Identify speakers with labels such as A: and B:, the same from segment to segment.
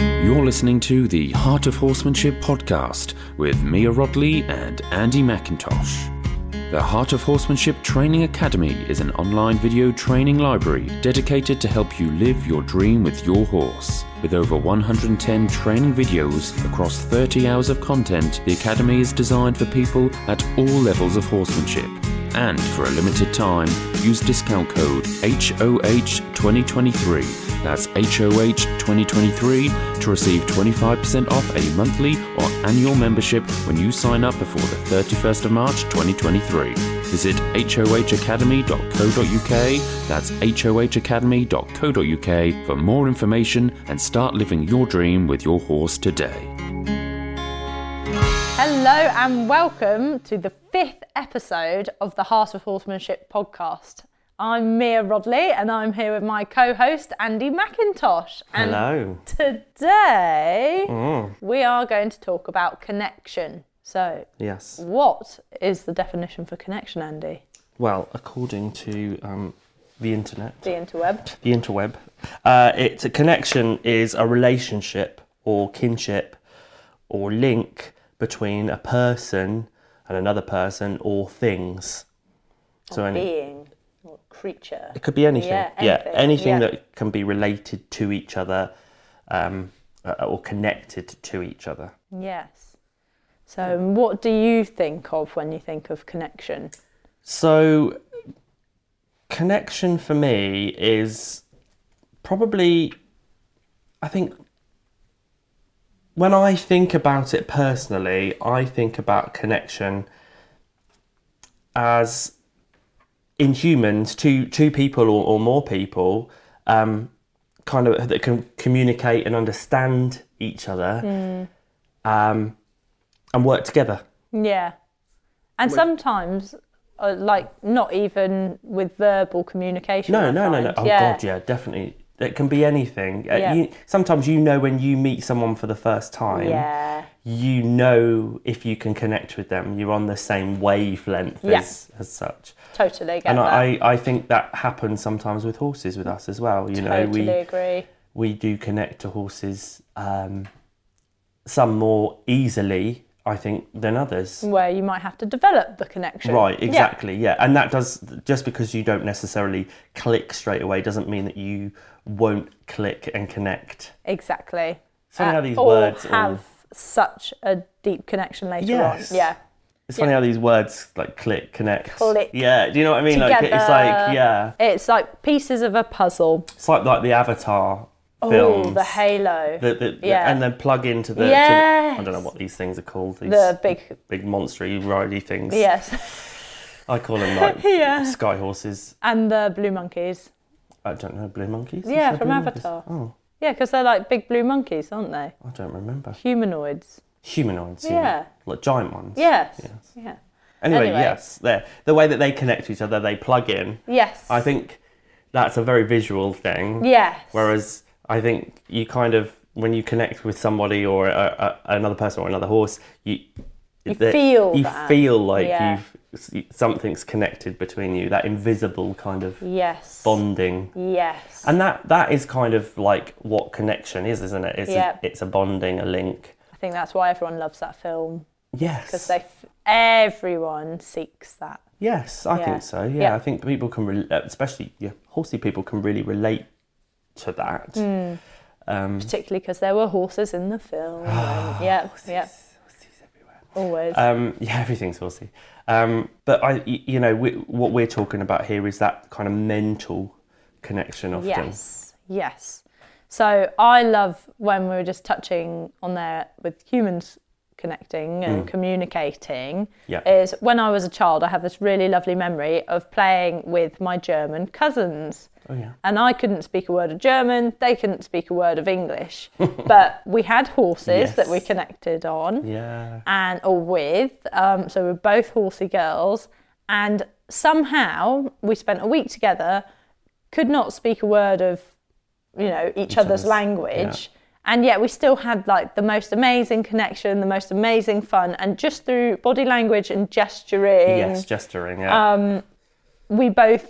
A: You're listening to the Heart of Horsemanship podcast with Mia Rodley and Andy McIntosh. The Heart of Horsemanship Training Academy is an online video training library dedicated to help you live your dream with your horse. With over 110 training videos across 30 hours of content, the Academy is designed for people at all levels of horsemanship. And for a limited time, use discount code HOH2023, that's HOH2023, to receive 25% off a monthly or annual membership when you sign up before the 31st of March 2023. Visit hohacademy.co.uk, that's hohacademy.co.uk for more information and start living your dream with your horse today.
B: Hello and welcome to the fifth episode of the Heart of Horsemanship podcast. I'm Mia Rodley and I'm here with my co host Andy McIntosh. And
C: Hello.
B: today we are going to talk about connection. So,
C: Yes.
B: what is the definition for connection, Andy?
C: Well, according to um, the internet,
B: The interweb.
C: the interweb, uh, it's a connection is a relationship or kinship or link between a person and another person or things. So any,
B: Being or creature.
C: it could be anything.
B: Yeah, anything, yeah.
C: that can be related to each other um, uh, or connected to each other.
B: Yes. So, what do you think of when you think of connection?
C: So, connection for me is probably, I think, when I think about it personally, I think about connection as in humans, two two people or, or more people, um, kind of that can communicate and understand each other, um, and work together.
B: Yeah. And sometimes, uh, like, not even with verbal communication.
C: No,
B: I
C: no, no, no.
B: find.
C: Oh
B: yeah.
C: God, yeah, definitely. It can be anything. Uh,
B: Yeah.
C: you, sometimes you know when you meet someone for the first time,
B: Yeah.
C: you know if you can connect with them. You're on the same wavelength
B: Yeah.
C: as, as such.
B: Totally get
C: and
B: that.
C: I, I think that happens sometimes with horses with us as well. You know,
B: totally
C: we
B: agree.
C: we do connect to horses, um, some more easily, I think, than others.
B: Where you might have to develop the connection.
C: Right,
B: Yeah.
C: exactly. Yeah. And that does, just because you don't necessarily click straight away doesn't mean that you won't click and connect.
B: exactly.
C: funny
B: Uh,
C: how these
B: or
C: words all-
B: have such a deep connection later
C: Yes.
B: on. Yeah.
C: It's funny how these words like click, connect.
B: Click.
C: Yeah. Do you know what I mean? Like it's
B: Together.
C: like, yeah.
B: It's like pieces of a puzzle.
C: It's like, like the Avatar films.
B: Oh, the halo.
C: The- the- the-
B: Yeah.
C: And then plug into the, to the- I don't know
B: Yes.
C: what these things are called. These
B: The big-
C: big monstery ridey things.
B: yes.
C: I call them like
B: Yeah.
C: sky horses.
B: and the blue monkeys.
C: I don't know, blue monkeys. Is
B: Yeah,
C: there
B: from
C: blue monkeys?
B: Avatar.
C: Oh,
B: Yeah, because they're like big blue monkeys, aren't they?
C: I don't remember.
B: Humanoids.
C: Humanoids.
B: Yeah.
C: Like giant ones.
B: Yes.
C: Yes.
B: Yeah.
C: Anyway,
B: Anyway.
C: yes, the the way that they connect to each other, they plug in.
B: Yes.
C: I think that's a very visual thing.
B: Yes.
C: Whereas I think you kind of when you connect with somebody or a, a, another person or another horse, you you
B: feel
C: you
B: that.
C: feel like
B: Yeah.
C: you've something's connected between you, that invisible kind of
B: Yes.
C: bonding.
B: Yes.
C: And that that is kind of like what connection is, isn't it? It's
B: Yeah.
C: a, it's a bonding, a link.
B: I think that's why everyone loves that film because
C: Yes.
B: they f- everyone seeks that.
C: Yes, I
B: Yeah.
C: think so. Yeah,
B: Yeah.
C: I think people can, re- especially yeah, horsey people, can really relate to that.
B: Hmm.
C: Um,
B: Particularly because there were horses in the film. and- yeah, yeah,
C: horses everywhere.
B: always.
C: Um, yeah, everything's horsey. Um, but I, y- you know, we, what we're talking about here is that kind of mental connection often.
B: yes, yes. So I love when we were just touching on there with humans connecting and communicating.
C: Mm. Yeah.
B: Is when I was a child, I have this really lovely memory of playing with my German cousins.
C: Oh yeah.
B: and I couldn't speak a word of German. They couldn't speak a word of English, but we had horses that we
C: Yes.
B: connected on
C: Yeah.
B: and or with. Um, so we're both horsey girls, and somehow we spent a week together, could not speak a word of, you know, each, other's
C: other's-
B: language. And yet, we still had like the most amazing connection, the most amazing fun, and just through body language and gesturing,
C: Yes, gesturing. Yeah.
B: we both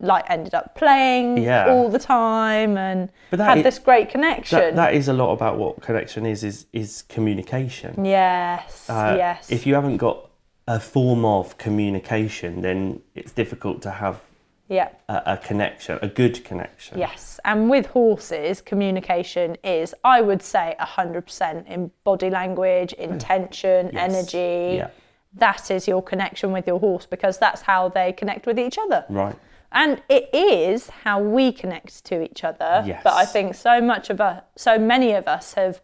B: like ended up playing
C: Yeah.
B: all the time and
C: But that
B: had
C: i-
B: this great connection.
C: That, that is a lot about what connection is is is communication.
B: yes,
C: Uh,
B: Mm, yes.
C: If you haven't got a form of communication, then it's difficult to have
B: yeah.
C: a, a connection, a good connection.
B: Yes, and with horses, communication is, I would say, 100% in body language, intention,
C: Mm. Yes.
B: energy.
C: Yeah.
B: That is your connection with your horse because that's how they connect with each other.
C: Right.
B: And it is how we connect to each other.
C: Yes.
B: But I think so much of us, so many of us have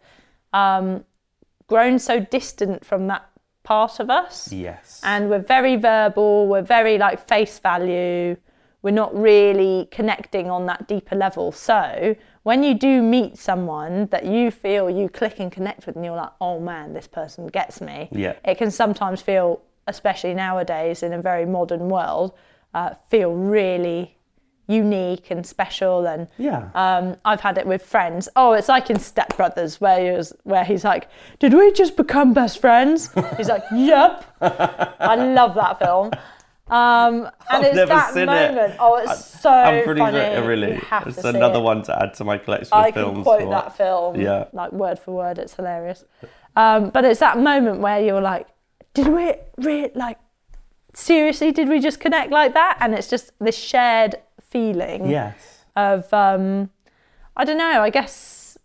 B: um, grown so distant from that part of us
C: Yes.
B: and we're very verbal we're very like face value we're not really connecting on that deeper level so when you do meet someone that you feel you click and connect with and you're like oh man this person gets me
C: Yeah.
B: it can sometimes feel especially nowadays in a very modern world uh, feel really unique and special and
C: yeah.
B: um, I've had it with friends. Oh, it's like in Step Brothers, where he was, where he's like, "Did we just become best friends?" He's like, "Yep." I love that film. Um, and
C: I've
B: it's
C: never
B: that
C: seen it.
B: moment. Oh, it's so
C: I'm pretty
B: funny.
C: sure, really.
B: You have
C: It's
B: to see
C: another
B: it.
C: one to add to my collection
B: I
C: of films.
B: can quote
C: for-
B: that film,
C: Yeah.
B: like word for word. It's hilarious. Um, but it's that moment where you're like, "Did we re- like seriously? Did we just connect like that?" And it's just this shared feeling
C: Yes.
B: of um, I don't know. I guess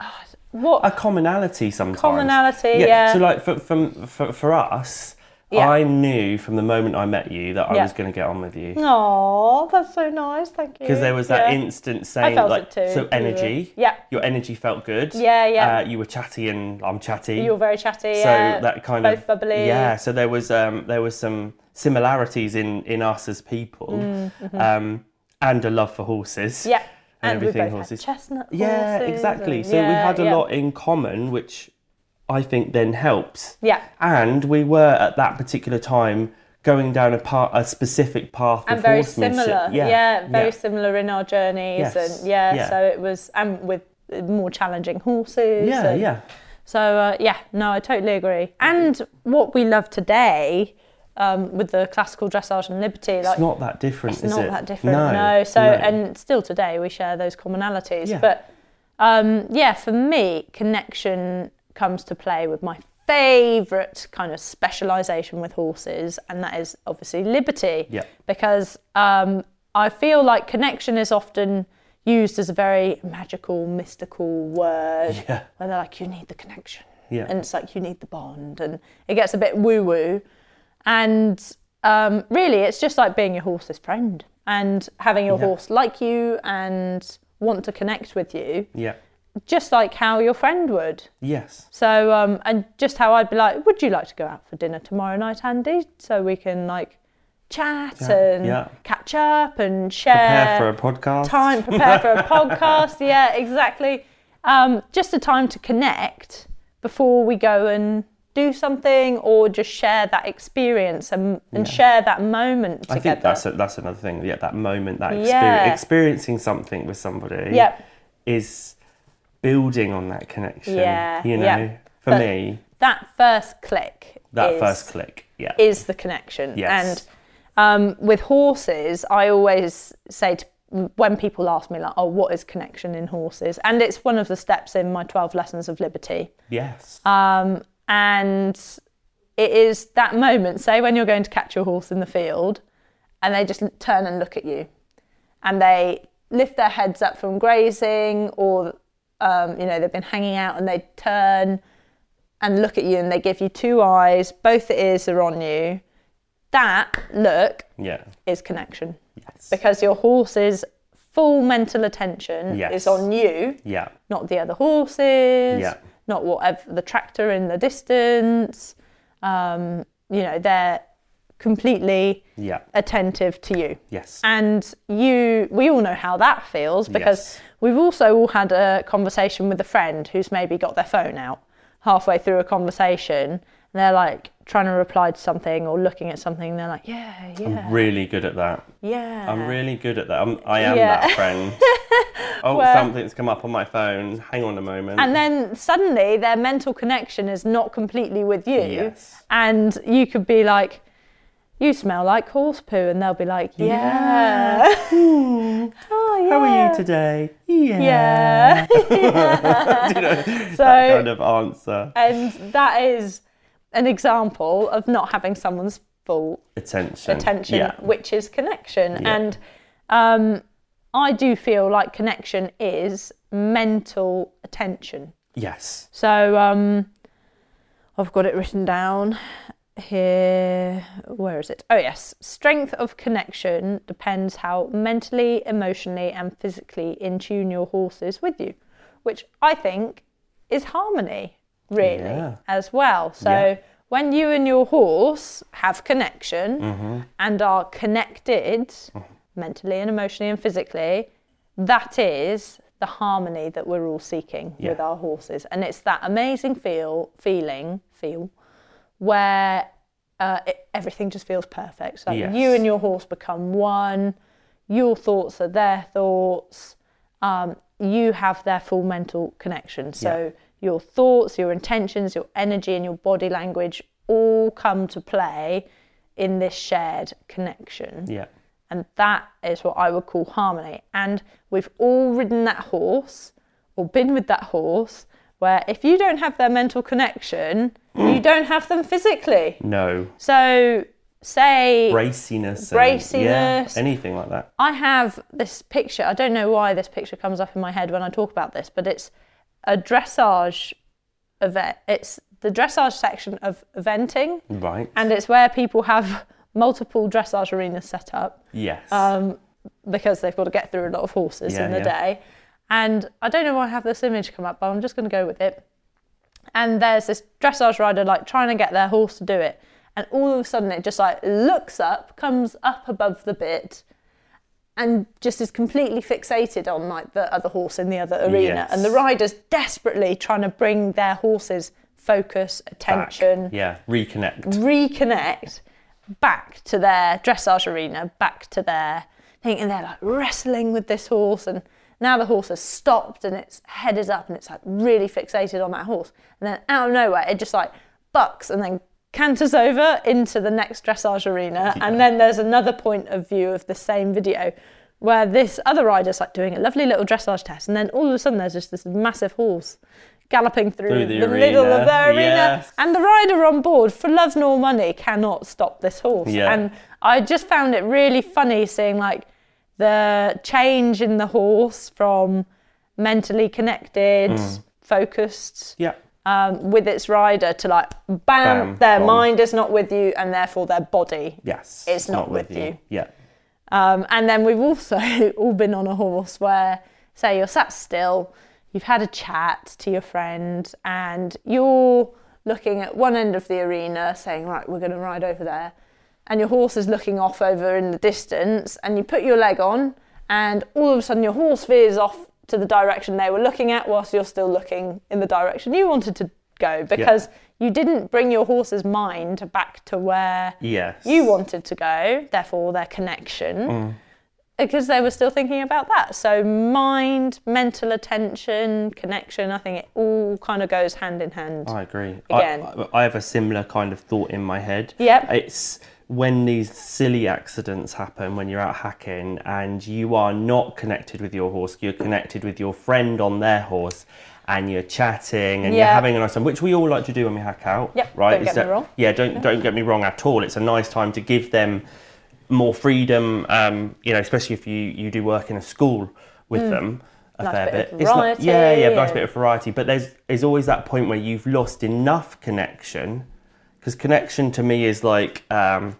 B: ah, what
C: a commonality sometimes.
B: Commonality, yeah.
C: So like for from for, for us,
B: Yeah.
C: I knew from the moment I met you that I
B: Yeah.
C: was going to get on with you
B: Oh, that's so nice. Thank you.
C: because there was that
B: Yeah.
C: instant saying
B: felt it
C: like
B: too,
C: so
B: you
C: energy.
B: were- yeah.
C: Your energy felt good.
B: Yeah, yeah.
C: Uh, you were chatty and I'm chatty.
B: you were very chatty.
C: so
B: yeah.
C: that kind
B: both
C: of
B: bubbly.
C: Yeah. So there was um there was some similarities in in us as people, um and a love for horses.
B: Mm, mm-hmm. yeah.
C: And
B: And, we
C: everything
B: both
C: horses.
B: had chestnut
C: Yeah,
B: horses
C: exactly.
B: and-
C: So we
B: yeah,
C: had a
B: yeah.
C: lot in common, which I think then helps.
B: Yeah.
C: And we were at that particular time going down a part, a specific path
B: And
C: of
B: very
C: horsemanship.
B: similar.
C: Yeah,
B: very
C: yeah.
B: similar in our journeys,
C: Yes,
B: and yeah,
C: yeah.
B: So it was, and with more challenging horses.
C: Yeah,
B: and-
C: yeah.
B: So uh, yeah, no, I totally agree. And what we love today um, with the classical dressage and liberty, like
C: It's not that different,
B: it's
C: is
B: not
C: it?
B: that different. No. So and still today we share those commonalities.
C: Yeah.
B: But um, yeah, for me, connection comes to play with my favourite kind of specialisation with horses, and that is obviously liberty.
C: Yeah.
B: Because um, I feel like connection is often used as a very magical, mystical word.
C: Yeah.
B: Where they're like, you need the connection.
C: Yeah.
B: And it's like you need the bond, and it gets a bit woo woo. And um, really, it's just like being your horse's friend and having your
C: Yeah.
B: horse like you and want to connect with you,
C: yeah.
B: just like how your friend would.
C: Yes.
B: So, um, and just how I'd be like, would you like to go out for dinner tomorrow night, Andy? So we can like chat
C: Yeah,
B: and
C: yeah.
B: catch up and share
C: Prepare for a podcast.
B: time, prepare for a podcast. Yeah, exactly. Um, just a time to connect before we go and do something or just share that experience and, and share that moment together.
C: I think that's a, that's another thing. Yeah, that moment, that experience,
B: Yeah.
C: experiencing something with somebody
B: Yep.
C: is building on that connection.
B: Yeah,
C: You know,
B: yeah.
C: for
B: But-
C: me,
B: that first click
C: that
B: is-
C: first click. Yeah.
B: is the connection.
C: Yes.
B: And um, with horses, I always say to when people ask me like, "Oh, what is connection in horses?" and it's one of the steps in my twelve lessons of liberty.
C: yes.
B: Um, and it is that moment, say when you're going to catch your horse in the field, and they just turn and look at you, and they lift their heads up from grazing, or um, you know they've been hanging out, and they turn and look at you, and they give you two eyes, both the ears are on you. That look
C: yeah.
B: is connection,
C: Yes.
B: because your horse's full mental attention
C: Yes.
B: is on you
C: Yeah.
B: not the other horses,
C: Yeah.
B: not whatever the tractor in the distance. Um, you know, they're completely
C: Yeah.
B: attentive to you.
C: Yes.
B: And you, we all know how that feels because
C: Yes.
B: we've also all had a conversation with a friend who's maybe got their phone out halfway through a conversation and they're like trying to reply to something or looking at something. And they're like, yeah, yeah,
C: I'm really good at that.
B: yeah.
C: Mm-hmm. I'm really good at that. I'm, I am
B: Yeah.
C: that friend. oh, something's come up on my phone. Hang on a moment.
B: and then suddenly their mental connection is not completely with you
C: Yes.
B: and you could be like you smell like horse poo, and they'll be like, yeah. oh, yeah.
C: Hmm. How are you today? Yeah.
B: Yeah. So,
C: Kind of answer.
B: and that is an example of not having someone's full
C: Attention.
B: attention,
C: Yeah.
B: which is connection. And um, I do feel like connection is mental attention.
C: Yes.
B: So um, I've got it written down here. Where is it? Oh, yes. Strength of connection depends how mentally, emotionally, and physically in tune your horse is with you, which I think is harmony, really,
C: Yeah.
B: as well. So
C: Yeah.
B: when you and your horse have connection
C: Mm-hmm.
B: and are connected mentally and emotionally and physically, that is the harmony that we're all seeking with our horses and it's that amazing feel feeling feel where uh, it, everything just feels perfect like
C: Yes.
B: you and your horse become one your thoughts are their thoughts um, you have their full mental connection so your thoughts your intentions your energy and your body language all come to play in this shared connection
C: Yeah.
B: and that is what I would call harmony. And we've all ridden that horse or been with that horse where if you don't have their mental connection, you don't have them physically.
C: No.
B: So, say
C: Braciness. and-
B: Braciness.
C: yeah. Anything like that.
B: I have this picture, I don't know why this picture comes up in my head when I talk about this, but it's a dressage event. It's the dressage section of eventing,
C: Right.
B: and it's where people have multiple dressage arenas set up.
C: yes.
B: um, because they've got to get through a lot of horses
C: Yeah,
B: in the
C: yeah.
B: day. And I don't know why I have this image come up, but I'm just going to go with it. And there's this dressage rider like trying to get their horse to do it. And all of a sudden it just like looks up, comes up above the bit, and just is completely fixated on like the other horse in the other arena.
C: Yes.
B: And the rider's desperately trying to bring their horse's focus,
C: Back.
B: attention,
C: Yeah.
B: Mm.
C: Reconnect.
B: reconnect back to their dressage arena, back to their thing, and they're like wrestling with this horse. And now the horse has stopped and its head is up and it's like really fixated on that horse. And then out of nowhere, it just like bucks and then canters over into the next dressage arena. And then there's another point of view of the same video where this other rider's like doing a lovely little dressage test. And then all of a sudden, there's just this massive horse galloping through,
C: Through
B: the,
C: the
B: middle
C: arena,
B: of their arena.
C: yes.
B: And the rider on board, for love nor money, cannot stop this horse.
C: Yeah.
B: And I just found it really funny seeing like the change in the horse from mentally connected,
C: Mm.
B: focused
C: Yeah.
B: um, with its rider to like bam,
C: Bam,
B: their
C: gone.
B: mind is not with you and therefore their body.
C: Yes.
B: It's not with you.
C: Yeah.
B: Um, and then we've also all been on a horse where, say, you're sat still, you've had a chat to your friend, and you're looking at one end of the arena saying, Right, we're going to ride over there. And your horse is looking off over in the distance, and you put your leg on, and all of a sudden your horse veers off to the direction they were looking at, whilst you're still looking in the direction you wanted to go because you didn't bring your horse's mind back to where
C: Yes.
B: you wanted to go, therefore their connection,
C: Mm.
B: because they were still thinking about that. So mind, mental attention, connection, I think it all kind of goes hand in hand.
C: I agree.
B: Again.
C: I, I have a similar kind of thought in my head.
B: Yep.
C: It's when these silly accidents happen when you're out hacking and you are not connected with your horse, you're connected with your friend on their horse and you're chatting and
B: Yeah.
C: you're having a nice time, which we all like to do when we hack out.
B: Yep,
C: Right.
B: don't
C: Is
B: get me wrong.
C: Yeah, don't don't get me wrong at all. It's a nice time to give them more freedom, um, you know, especially if you, you do work in a school with them a
B: Nice
C: fair
B: Mm. bit of
C: bit. It's not- yeah,
B: variety
C: yeah, nice
B: and-
C: bit of variety. But there's there's always that point where you've lost enough connection, because connection to me is like um,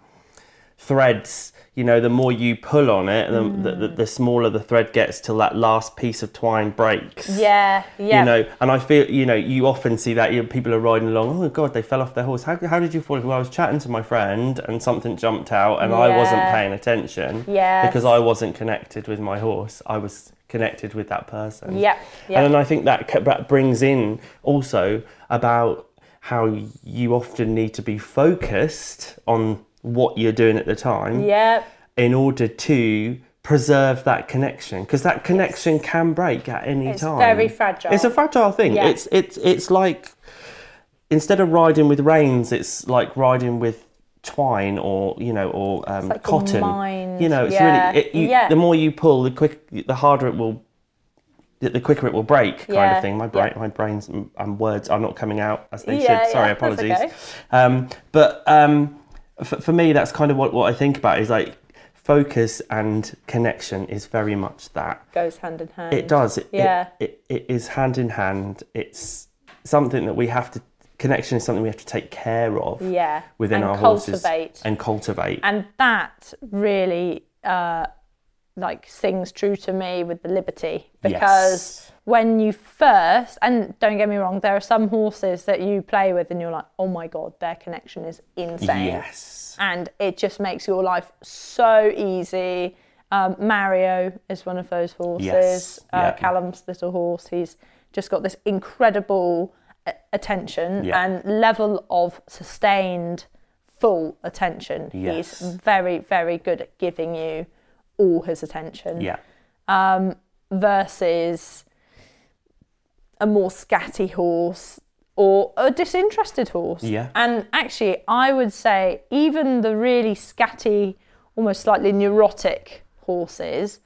C: threads. You know, the more you pull on it, the, the,
B: Mm.
C: the, the smaller the thread gets till that last piece of twine breaks.
B: Yeah, yeah.
C: You know, and I feel, you know, you often see that you know, people are riding along. Oh God, they fell off their horse. How, how did you fall? Well, I was chatting to my friend, and something jumped out, and I wasn't
B: Yeah.
C: paying attention.
B: Yes.
C: Because I wasn't connected with my horse. I was connected with that person.
B: Yep, yep.
C: And then I think that ca- that brings in also about how you often need to be focused on what you're doing at the time
B: yeah,
C: in order to preserve that connection because that connection can break at any
B: It's
C: time.
B: very fragile.
C: It's a fragile thing.
B: Yeah.
C: It's it's it's like instead of riding with reins, it's like riding with twine or you know or um,
B: like a
C: cotton.
B: mind,
C: You know, it's
B: yeah,
C: really it, you,
B: yeah.
C: the more you pull, the quick, the harder it will, the, the quicker it will break, kind
B: Yeah,
C: of thing. My
B: yeah.
C: brain, my brain's and words are not coming out as they
B: Yeah,
C: should. Sorry,
B: yeah, that's
C: apologies.
B: okay.
C: Um, but um, for, for me, that's kind of what, what I think about is like focus and connection is very much that.
B: goes hand in hand.
C: It does. It,
B: Mm. Yeah.
C: It, it, it is hand in hand. It's something that we have to. Connection is something we have to take care of.
B: Yeah.
C: Within
B: Mm. and
C: our
B: cultivate.
C: horses and cultivate.
B: and that really uh, like sings true to me with the liberty because
C: Yes.
B: when you first and don't get me wrong there are some horses that you play with and you're like oh my god their connection is insane
C: Yes.
B: and it just makes your life so easy um, mario is one of those horses
C: Yes,
B: uh,
C: yeah.
B: callum's little horse he's just got this incredible a- attention
C: Yeah.
B: and level of sustained full attention.
C: Yes.
B: He's very, very good at giving you all his attention
C: Yeah.
B: versus a more scatty horse or a disinterested horse.
C: Yeah.
B: And actually, I would say even the really scatty, almost slightly neurotic horses.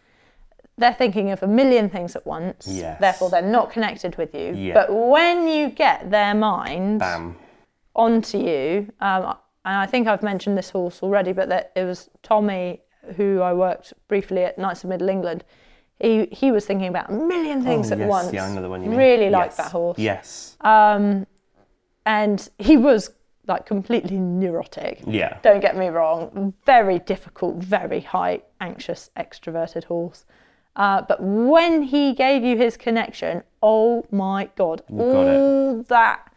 B: They're thinking of a million things at once,
C: Yes.
B: therefore they're not connected with you.
C: Yeah.
B: But when you get their mind,
C: Bam.
B: onto you, um, and I think I've mentioned this horse already, but that it was Tommy who I worked briefly at Knights of Middle England. He he was thinking about a million things
C: Oh,
B: at
C: yes.
B: once.
C: Yeah, I know the one you mean.
B: Really
C: yes.
B: liked that horse,
C: Yes.
B: and he was like completely neurotic.
C: yeah.
B: Don't get me wrong, very difficult, very high, anxious, extroverted horse. Uh, but when he gave you his connection, oh my god,
C: got it.
B: all that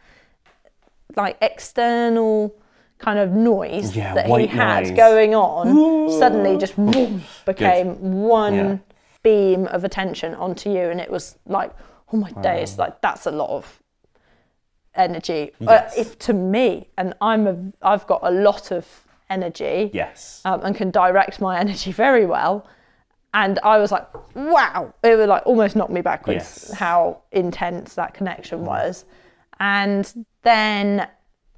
B: like external kind of noise
C: Yeah,
B: that he
C: white
B: had
C: noise.
B: going on suddenly just boom, became one
C: Yeah.
B: beam of attention onto you, and it was like, oh my days, like that's a lot of energy uh,
C: Yes.
B: if to me and i'm a i've got a lot of energy
C: Yes.
B: um, and can direct my energy very well and i was like wow it would like almost knock me backwards
C: Yes. Mm-hmm.
B: how intense that connection was and then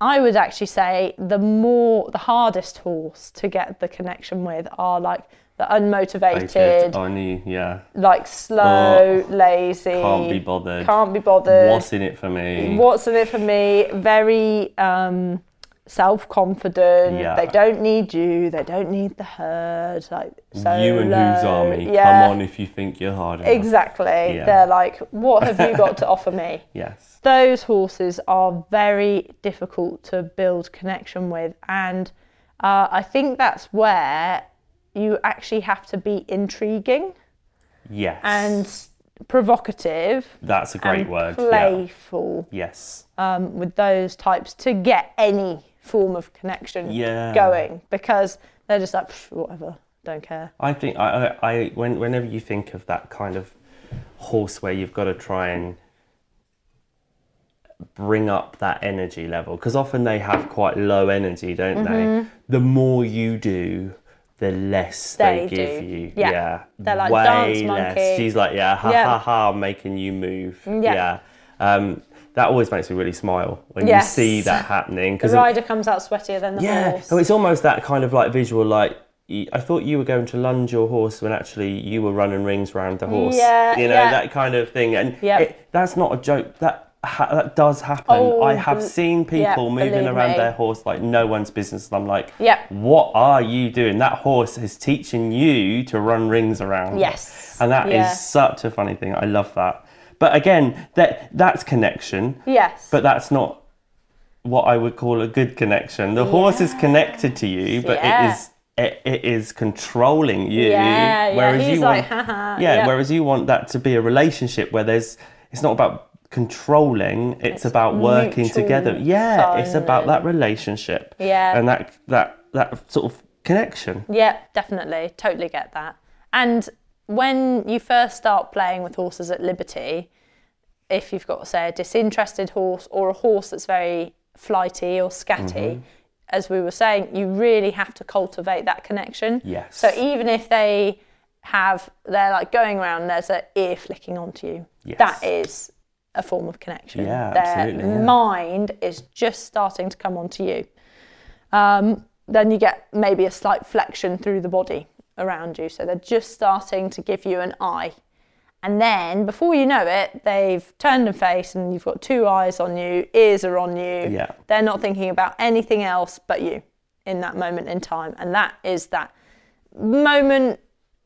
B: i would actually say the more the hardest horse to get the connection with are like the unmotivated
C: Oh, I knew. Yeah.
B: like slow lazy
C: Oh. Can't be bothered.
B: can't be bothered
C: What's in it for me?
B: What's in it for me? Very um, self confident.
C: Yeah.
B: They don't need you. They don't need the herd. Like so
C: you and whose
B: low.
C: army?
B: Yeah,
C: Come on, if you think you're hard enough.
B: Exactly.
C: Yeah.
B: They're like, what have you got to offer me?
C: Yes.
B: Those horses are very difficult to build connection with, and uh, I think that's where you actually have to be intriguing
C: Yes.
B: and provocative
C: that's a great
B: and
C: word. Yeah.
B: playful
C: Yes.
B: um, with those types to get any form of connection
C: Yeah.
B: going because they're just like "Pff, whatever, don't care.
C: I think I, I, I when, whenever you think of that kind of horse where you've got to try and bring up that energy level because often they have quite low energy, don't
B: Mm-hmm.
C: they? The more you do, the less they,
B: They
C: give
B: do.
C: you.
B: Yeah. They're like, "Dance, monkey."
C: She's like, yeah, ha
B: Yeah.
C: ha ha, I'm making you move.
B: Yeah.
C: Yeah. Um, that always makes me really smile when
B: Yes.
C: you see that happening
B: The
C: because
B: rider comes out sweatier than the
C: yeah. Oh,
B: horse.
C: So it's almost that kind of like visual, like y- I thought you were going to lunge your horse when actually you were running rings around the horse.
B: Yeah,
C: you know
B: yeah.
C: that kind of thing, and
B: Yep.
C: it, that's not a joke. That ha- that does happen.
B: Oh,
C: I have
B: bel-
C: seen people
B: yeah,
C: moving
B: believe
C: around
B: me.
C: their horse like no one's business. And I'm like,
B: Yep.
C: what are you doing? That horse is teaching you to run rings around.
B: Yes,
C: and that is
B: yeah.
C: such a funny thing. I love that. But again, that that's connection.
B: yes.
C: But that's not what I would call a good connection. The horse is connected to you, but
B: Yeah.
C: it is it, it is controlling you.
B: yeah, yeah.
C: whereas
B: He's
C: you
B: like,
C: want,
B: haha.
C: yeah,
B: yeah.
C: Whereas you want that to be a relationship where there's it's not about controlling. It's, about working
B: mutual
C: together. Yeah, it's
B: fun
C: about that relationship.
B: Yeah.
C: and that that that sort of connection.
B: Yeah, definitely. Totally get that. And when you first start playing with horses at Liberty, if you've got, say, a disinterested horse or a horse that's very flighty or scatty,
C: Mm-hmm.
B: as we were saying, you really have to cultivate that connection.
C: Yes.
B: So even if they have, they're like going around, there's an ear flicking onto you.
C: Yes.
B: That is a form of connection.
C: Yeah,
B: Their
C: absolutely, yeah.
B: mind is just starting to come onto you. Um, then you get maybe a slight flexion through the body around you. So they're just starting to give you an eye. And then before you know it, they've turned and face and you've got two eyes on you, ears are on you.
C: Yeah.
B: They're not thinking about anything else but you in that moment in time. And that is that moment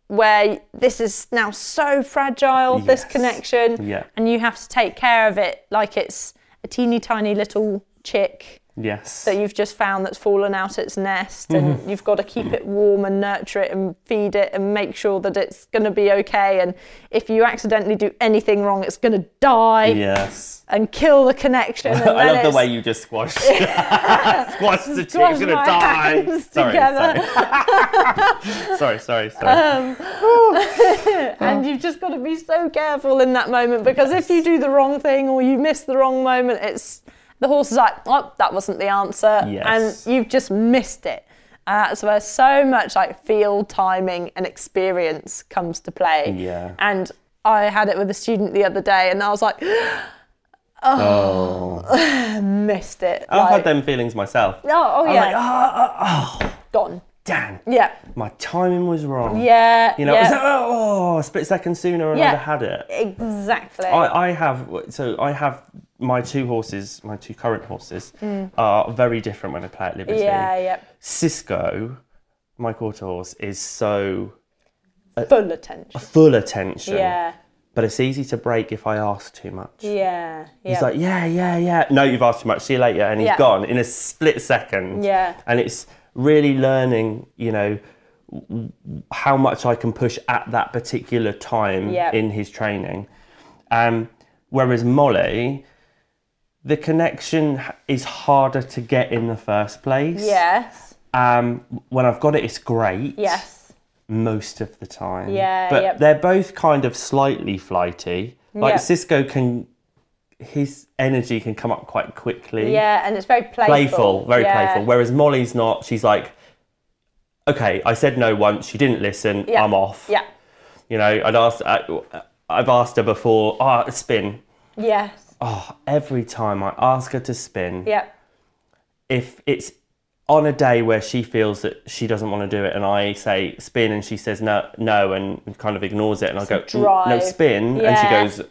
B: where this is now so fragile, this
C: Yes.
B: connection.
C: Yeah.
B: And you have to take care of it like it's a teeny tiny little chick
C: Yes.
B: that you've just found that's fallen out its nest
C: Mm-hmm.
B: and you've got to keep it warm and nurture it and feed it and make sure that it's going to be okay and if you accidentally do anything wrong it's going to die
C: yes.
B: and kill the connection and
C: I
B: then
C: love the
B: it's
C: way you just squashed squashed the chick.
B: Squashed
C: She's gonna
B: my
C: die.
B: hands
C: Sorry,
B: together. Oh,
C: sorry. sorry, sorry, sorry. Oh.
B: and you've just got to be so careful in that moment because if you do the wrong thing or you miss the wrong moment it's the horse is like oh that wasn't the answer
C: Yes.
B: and you've just missed it uh, that's where so much like field timing and experience comes to play
C: Yeah.
B: and I had it with a student the other day, and I was like,
C: Oh.
B: missed it.
C: I've
B: like,
C: had them feelings myself.
B: Oh, oh
C: I'm
B: yeah,
C: like, oh, oh, oh,
B: gone.
C: damn.
B: Yeah,
C: My timing was wrong.
B: yeah.
C: You know,
B: yeah.
C: it was like, oh, a split second sooner and
B: Yeah.
C: I'd have had it.
B: exactly.
C: I, I have so I have my two horses, my two current horses, are very different when I play at Liberty.
B: Mm. yeah, yeah.
C: Cisco, my quarter horse, is so Uh,
B: Full attention.
C: full attention,
B: Yeah,
C: but it's easy to break if I ask too much.
B: yeah, yeah.
C: He's like, yeah, yeah, yeah. No, you've asked too much. See you later, and he's
B: Yeah.
C: gone in a split second.
B: Yeah.
C: and it's really learning, you know, w- how much I can push at that particular time
B: Yeah.
C: in his training. Um, whereas Molly, the connection h- is harder to get in the first place.
B: yes,
C: Um, when I've got it, it's great.
B: yes,
C: Most of the time.
B: Yeah,
C: But
B: yep.
C: they're both kind of slightly flighty. Like
B: Yep.
C: Cisco can, his energy can come up quite quickly
B: yeah. And it's very playful.
C: playful, very
B: yeah.
C: playful. Whereas Molly's not. She's like, okay, I said no once. You didn't listen.
B: Yeah.
C: I'm off.
B: Yeah.
C: You know, I'd asked. I, I've asked her before. Ah, spin.
B: Yes.
C: Oh, every time I ask her to spin,
B: Yeah.
C: if it's on a day where she feels that she doesn't want to do it, and I say spin, and she says no, no, and kind of ignores it, and I go "Mm, no
B: drive.
C: spin,
B: Yeah.
C: and she goes,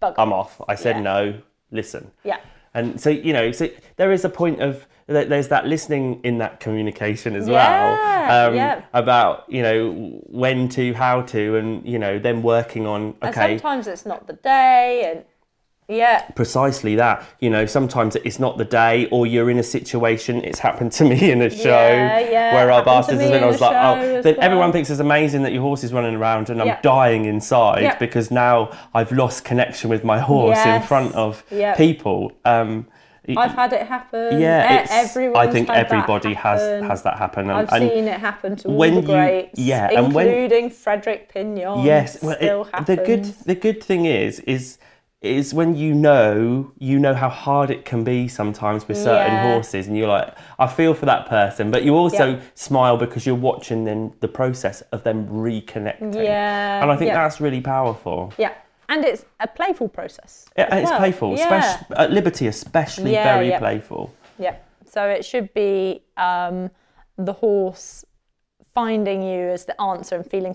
B: Bug.
C: I'm off. I said
B: Yeah.
C: no. Listen.
B: yeah.
C: And so you know, so there is a point of th- there's that listening in that communication as
B: Yeah,
C: well um,
B: yeah.
C: about you know when to, how to, and you know then working on
B: And
C: okay
B: sometimes it's not the day, and yeah,
C: precisely that you know sometimes it's not the day or you're in a situation it's happened to me in a show
B: Yeah, yeah,
C: where our
B: happened to
C: bastards
B: me
C: has been
B: in
C: I was
B: a
C: like
B: show
C: oh
B: as
C: then everyone
B: well.
C: thinks it's amazing that your horse is running around and I'm
B: Yeah.
C: dying inside
B: Yeah.
C: because now I've lost connection with my horse in
B: Yes.
C: front of
B: Yeah.
C: people um
B: I've had it happen.
C: yeah,
B: E-
C: it's, I
B: everyone's
C: think
B: had that
C: everybody has
B: happen.
C: has that happen. And,
B: I've
C: and
B: seen it happen to
C: when
B: all
C: you-
B: the greats,
C: yeah, and when-
B: including Frederick Pignon.
C: yes, well, it-
B: still happens.
C: the good the good thing is is is when you know you know how hard it can be sometimes with certain
B: Yeah.
C: horses, and you're like, I feel for that person, but you also
B: Yeah.
C: smile because you're watching then the process of them reconnecting.
B: Yeah,
C: and I think
B: yeah.
C: that's really powerful.
B: yeah, and it's a playful process.
C: Yeah, and
B: as
C: it's
B: well.
C: playful,
B: Yeah,
C: especially at Liberty, especially
B: Yeah,
C: very
B: yeah.
C: playful.
B: yeah. So it should be um, the horse finding you as the answer and feeling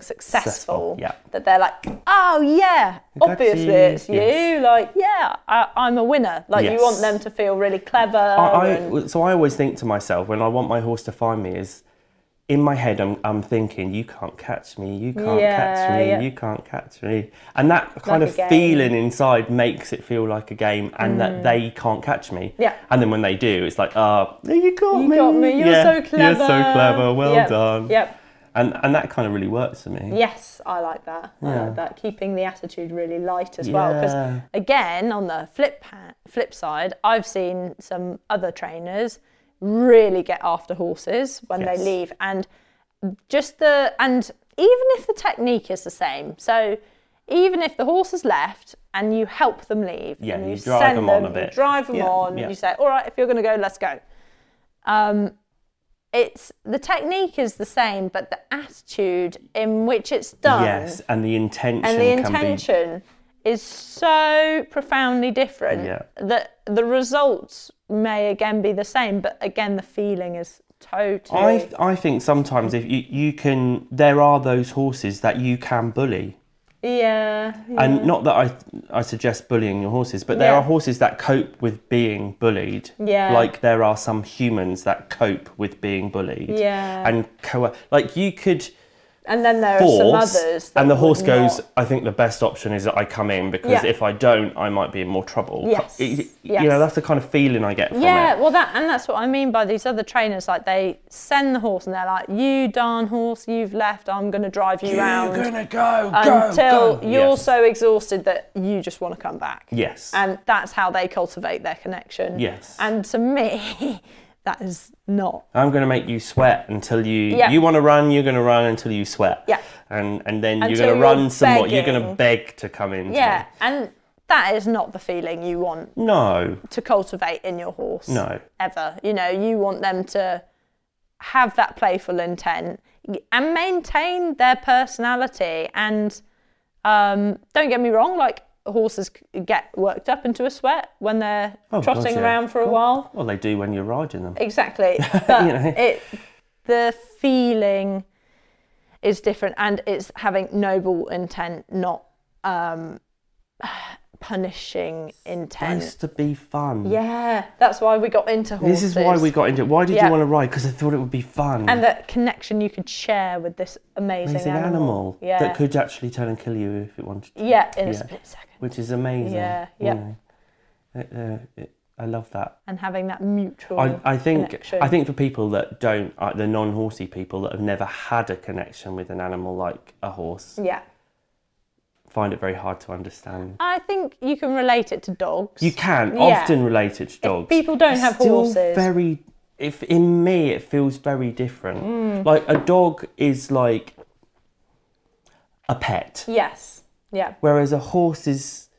B: successful.
C: Successful, yeah.
B: That they're like, oh yeah, obviously it's you.
C: yes.
B: Like yeah, I, I'm a winner. Like
C: Yes.
B: you want them to feel really clever.
C: I,
B: and-
C: I so I always think to myself when I want my horse to find me is in my head I'm I'm thinking you can't catch me you can't catch
B: Yeah,
C: me
B: yeah.
C: you can't catch me and that kind
B: Like
C: of
B: a game. Mm.
C: feeling inside makes it feel like a game and that they can't catch me
B: Yeah.
C: and then when they do it's like ah you got
B: you
C: me
B: got me. You're
C: Yeah,
B: so clever.
C: you're so clever well
B: Yep,
C: done
B: Yep.
C: and and that kind of really works for me
B: Yes, I like that. I like that. Keeping the attitude really light as well.
C: Yeah.
B: Because again, on the flip ha- flip side, I've seen some other trainers really get after horses when
C: Yes.
B: they leave, and just the and even if the technique is the same, so even if the horse has left and you help them leave,
C: Yeah,
B: and
C: you drive them on a
B: you
C: bit.
B: drive them
C: Yeah,
B: on,
C: yeah.
B: you say, all right, if you're going to go, let's go. Um, it's the technique is the same, but the attitude in which it's done
C: yes and the intention
B: and the
C: can be
B: intention is so profoundly different
C: Yeah.
B: that the results may again be the same, but again the feeling is Totally.
C: I I think sometimes if you, you can there are those horses that you can bully.
B: yeah. yeah.
C: And not that I I suggest bullying your horses, but there
B: Yeah.
C: are horses that cope with being bullied.
B: Yeah.
C: Like there are some humans that cope with being bullied.
B: Yeah.
C: And co- like you could
B: And then there are some
C: horse,
B: others. that
C: and the horse
B: would
C: goes.
B: not-
C: I think the best option is that I come in because
B: Yeah.
C: if I don't, I might be in more trouble.
B: Yes,
C: Y- y-
B: yes.
C: You know that's the kind of feeling I get from
B: Yeah,
C: it.
B: well, that and that's what I mean by these other trainers. Like they send the horse, and they're like, "You darn horse, you've left. I'm going to drive you round
C: go
B: until you're
C: Yes.
B: so exhausted that you just want to come back."
C: Yes.
B: and that's how they cultivate their connection.
C: Yes.
B: and to me, that is not.
C: I'm going to make you sweat until you
B: Yeah.
C: you want to run. You're going to run until you sweat.
B: Yeah.
C: And and then
B: Until
C: you're going
B: you're
C: to run somewhat. You're going to
B: begging.
C: beg to come in.
B: Yeah, and that is not the feeling you want
C: No.
B: to cultivate in your horse.
C: No.
B: Ever. You know, you want them to have that playful intent and maintain their personality. And um, don't get me wrong, like horses c- get worked up into a sweat when they're
C: Oh,
B: trotting
C: God, yeah.
B: around for a while.
C: Well, they do when you're riding them.
B: Exactly. But
C: know?
B: it, the feeling is different and it's having noble intent, not um, punishing intent.
C: Supposed to be fun.
B: Yeah, that's why we got into horses.
C: This is why we got into it. Why did
B: Yeah.
C: you want to ride? Because I thought it would be fun.
B: And the connection you could share with this amazing,
C: It's an
B: animal.
C: animal
B: Yeah.
C: that could actually turn and kill you if it wanted to.
B: Yeah, in a
C: Yeah.
B: split second.
C: Which is amazing.
B: Yeah,
C: you
B: yeah.
C: know. It, uh, it- I love that.
B: And having that mutual.
C: I, I think
B: connection.
C: I think for people that don't, uh, the non-horsey people that have never had a connection with an animal like a horse,
B: Yeah.
C: find it very hard to understand.
B: I think you can relate it to dogs.
C: You can
B: Yeah.
C: often relate it to dogs.
B: people don't
C: It's
B: have
C: still
B: horses.
C: Very, if in me it feels very different.
B: Mm.
C: Like a dog is like a pet.
B: Yes. Yeah.
C: whereas a horse is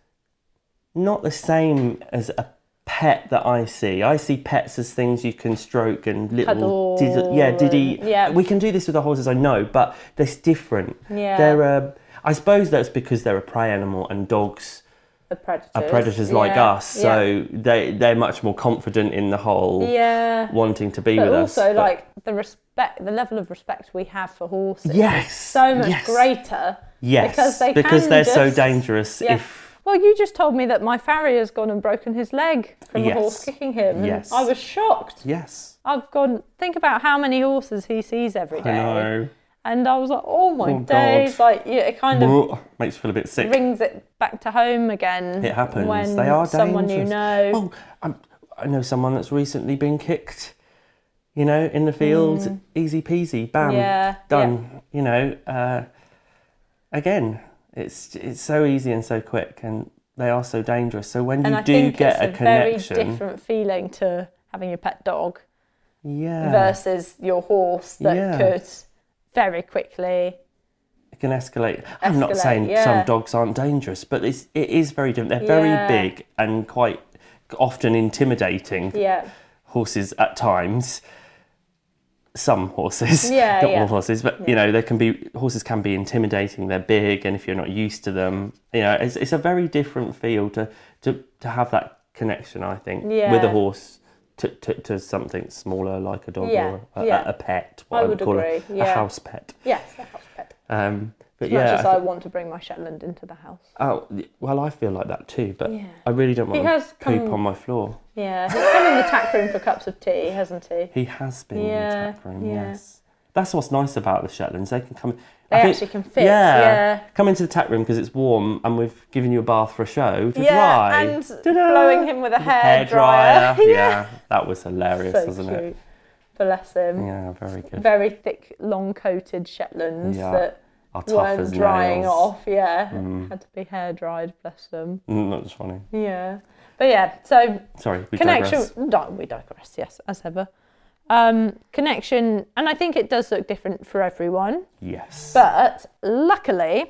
C: not the same as a pet that I see. I see pets as things you can stroke and little,
B: Cuddle
C: did, yeah, diddy.
B: and- yeah.
C: we can do this with the horses, I know, but they're different.
B: Yeah.
C: they're a. I suppose that's because they're a prey animal and dogs
B: The predators.
C: are predators like
B: Yeah,
C: us, so they they're much more confident in the whole
B: Yeah. yeah.
C: wanting to be
B: But
C: with
B: also,
C: us. but-
B: like the respect, the level of respect we have for horses
C: Yes,
B: is so much
C: yes.
B: greater.
C: yes,
B: because they can
C: are so
B: just-
C: dangerous.
B: Yeah.
C: If
B: Well, you just told me that my farrier's gone and broken his leg from
C: Yes.
B: a horse kicking him. and
C: Yes.
B: I was shocked.
C: yes,
B: I've gone, think about how many horses he sees every
C: I
B: day.
C: know.
B: And I was like, oh my
C: Oh,
B: days.
C: God.
B: Like, yeah, it kind of
C: Makes you feel a bit sick.
B: brings it back to home again.
C: It happens.
B: When
C: they are dangerous.
B: someone you know.
C: Oh, i I know someone that's recently been kicked. You know, in the field, easy peasy, bam,
B: Mm. Yeah,
C: Oh, done. You know, uh, again, it's it's so easy and so quick, and they are so dangerous. So when
B: and
C: you
B: I
C: do
B: think
C: get
B: it's
C: a,
B: a,
C: connection,
B: very different feeling to having your pet dog
C: yeah,
B: versus your horse that
C: Yeah.
B: could very quickly.
C: it can escalate. I'm not
B: Escalate,
C: saying
B: yeah.
C: some dogs aren't dangerous, but it's it is very different. They're
B: Yeah.
C: very big and quite often intimidating.
B: Yeah.
C: horses at times. Some horses,
B: Yeah,
C: not
B: yeah.
C: all horses, but you know, they can be horses can be intimidating. They're big, and if you're not used to them, you know, it's, it's a very different feel to, to to have that connection. I think with
B: Yeah.
C: a horse to, to, to something smaller like a dog
B: Yeah,
C: or a,
B: yeah.
C: a, a pet.
B: I
C: What
B: would
C: call a-
B: agree,
C: a
B: yeah.
C: house pet.
B: Yes, a house pet.
C: Um, but
B: Much
C: yeah,
B: as I want to bring my Shetland into the house.
C: oh, well, I feel like that too, but
B: Yeah.
C: I really don't want to
B: has
C: poop
B: come-
C: on my floor.
B: Yeah, he's been in the tap room for cups of tea, hasn't he?
C: He has
B: Yeah,
C: been in the tap room,
B: yeah.
C: yes. That's what's nice about the Shetlands. They can come.
B: They actually can fit, yeah.
C: Come into the tap room because it's warm and we've given you a bath for a show to
B: yeah,
C: dry.
B: and
C: Ta-da!
B: blowing him with a hair,
C: Hair dryer.
B: dryer.
C: yeah. that was hilarious,
B: so
C: wasn't
B: cute.
C: it?
B: Bless him.
C: Yeah, very good.
B: Very thick, long-coated Shetlands
C: Yeah,
B: that
C: Our tough as
B: weren't drying
C: nails.
B: off. Yeah, had to be hair dried. Bless them.
C: Mm, That's funny.
B: Yeah, but yeah. So
C: Sorry, we
B: connection.
C: digress.
B: No, we digress. Yes, as ever. Um, connection, and I think it does look different for everyone.
C: Yes.
B: But luckily,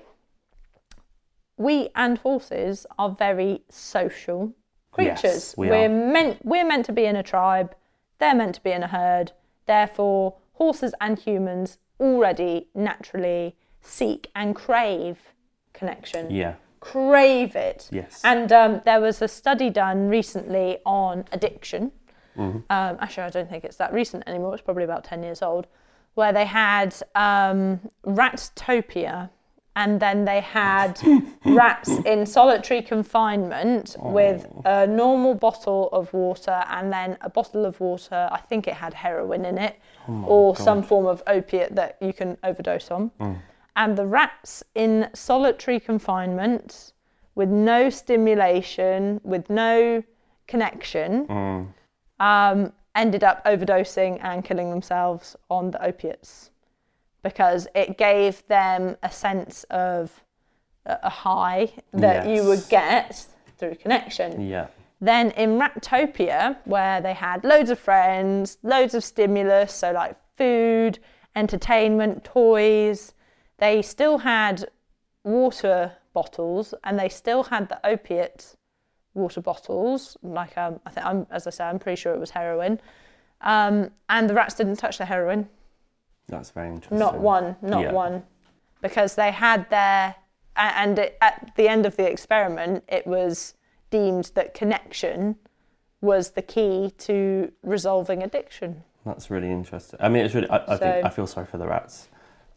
B: we and horses are very social creatures.
C: Yes, we
B: are
C: are.
B: meant we're meant to be in a tribe. They're meant to be in a herd. Therefore, horses and humans already naturally seek and crave connection.
C: yeah.
B: Crave it.
C: Yes.
B: And um, there was a study done recently on addiction Um, actually, I don't think it's that recent anymore. It's probably about 10 years old, where they had um, Ratopia and then they had rats in solitary confinement with a normal bottle of water and then a bottle of water. I think it had heroin in it or some form of opiate that you can overdose on. And the rats in solitary confinement with no stimulation, with no connection, um, ended up overdosing and killing themselves on the opiates because it gave them a sense of a a high that you would get through connection.
C: Yeah.
B: Then in Raptopia, where they had loads of friends, loads of stimulus, so like food, entertainment, toys, they still had water bottles and they still had the opiate water bottles. Like um, I think, I'm, as I said, I'm pretty sure it was heroin. Um, and the rats didn't touch the heroin.
C: That's very interesting.
B: Not one, not
C: Yeah.
B: one. Because they had their, a- and it, at the end of the experiment, it was deemed that connection was the key to resolving addiction.
C: That's really interesting. I mean, it's really. I, I think
B: So-
C: I feel sorry for the rats.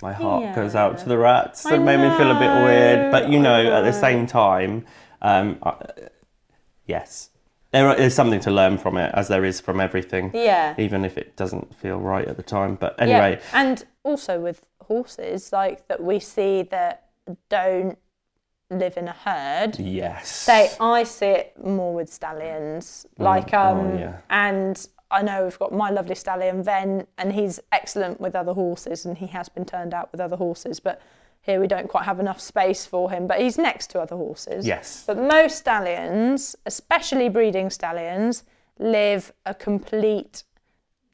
C: My heart goes
B: Yeah.
C: out to the rats.
B: I
C: That made me feel a bit weird, but you
B: know,
C: know,
B: I
C: at the
B: know.
C: same time, um, I, yes, there is something to learn from it, as there is from everything.
B: Yeah.
C: Even if it doesn't feel right at the time, but anyway,
B: Yeah. And also with horses, like that we see that don't live in a herd.
C: yes.
B: They, I see it more with stallions. Like, um,
C: Mm. Oh, yeah.
B: and I know we've got my lovely stallion Ven, and he's excellent with other horses, and he has been turned out with other horses, but here we don't quite have enough space for him. But he's next to other horses.
C: Yes.
B: But most stallions, especially breeding stallions, live a complete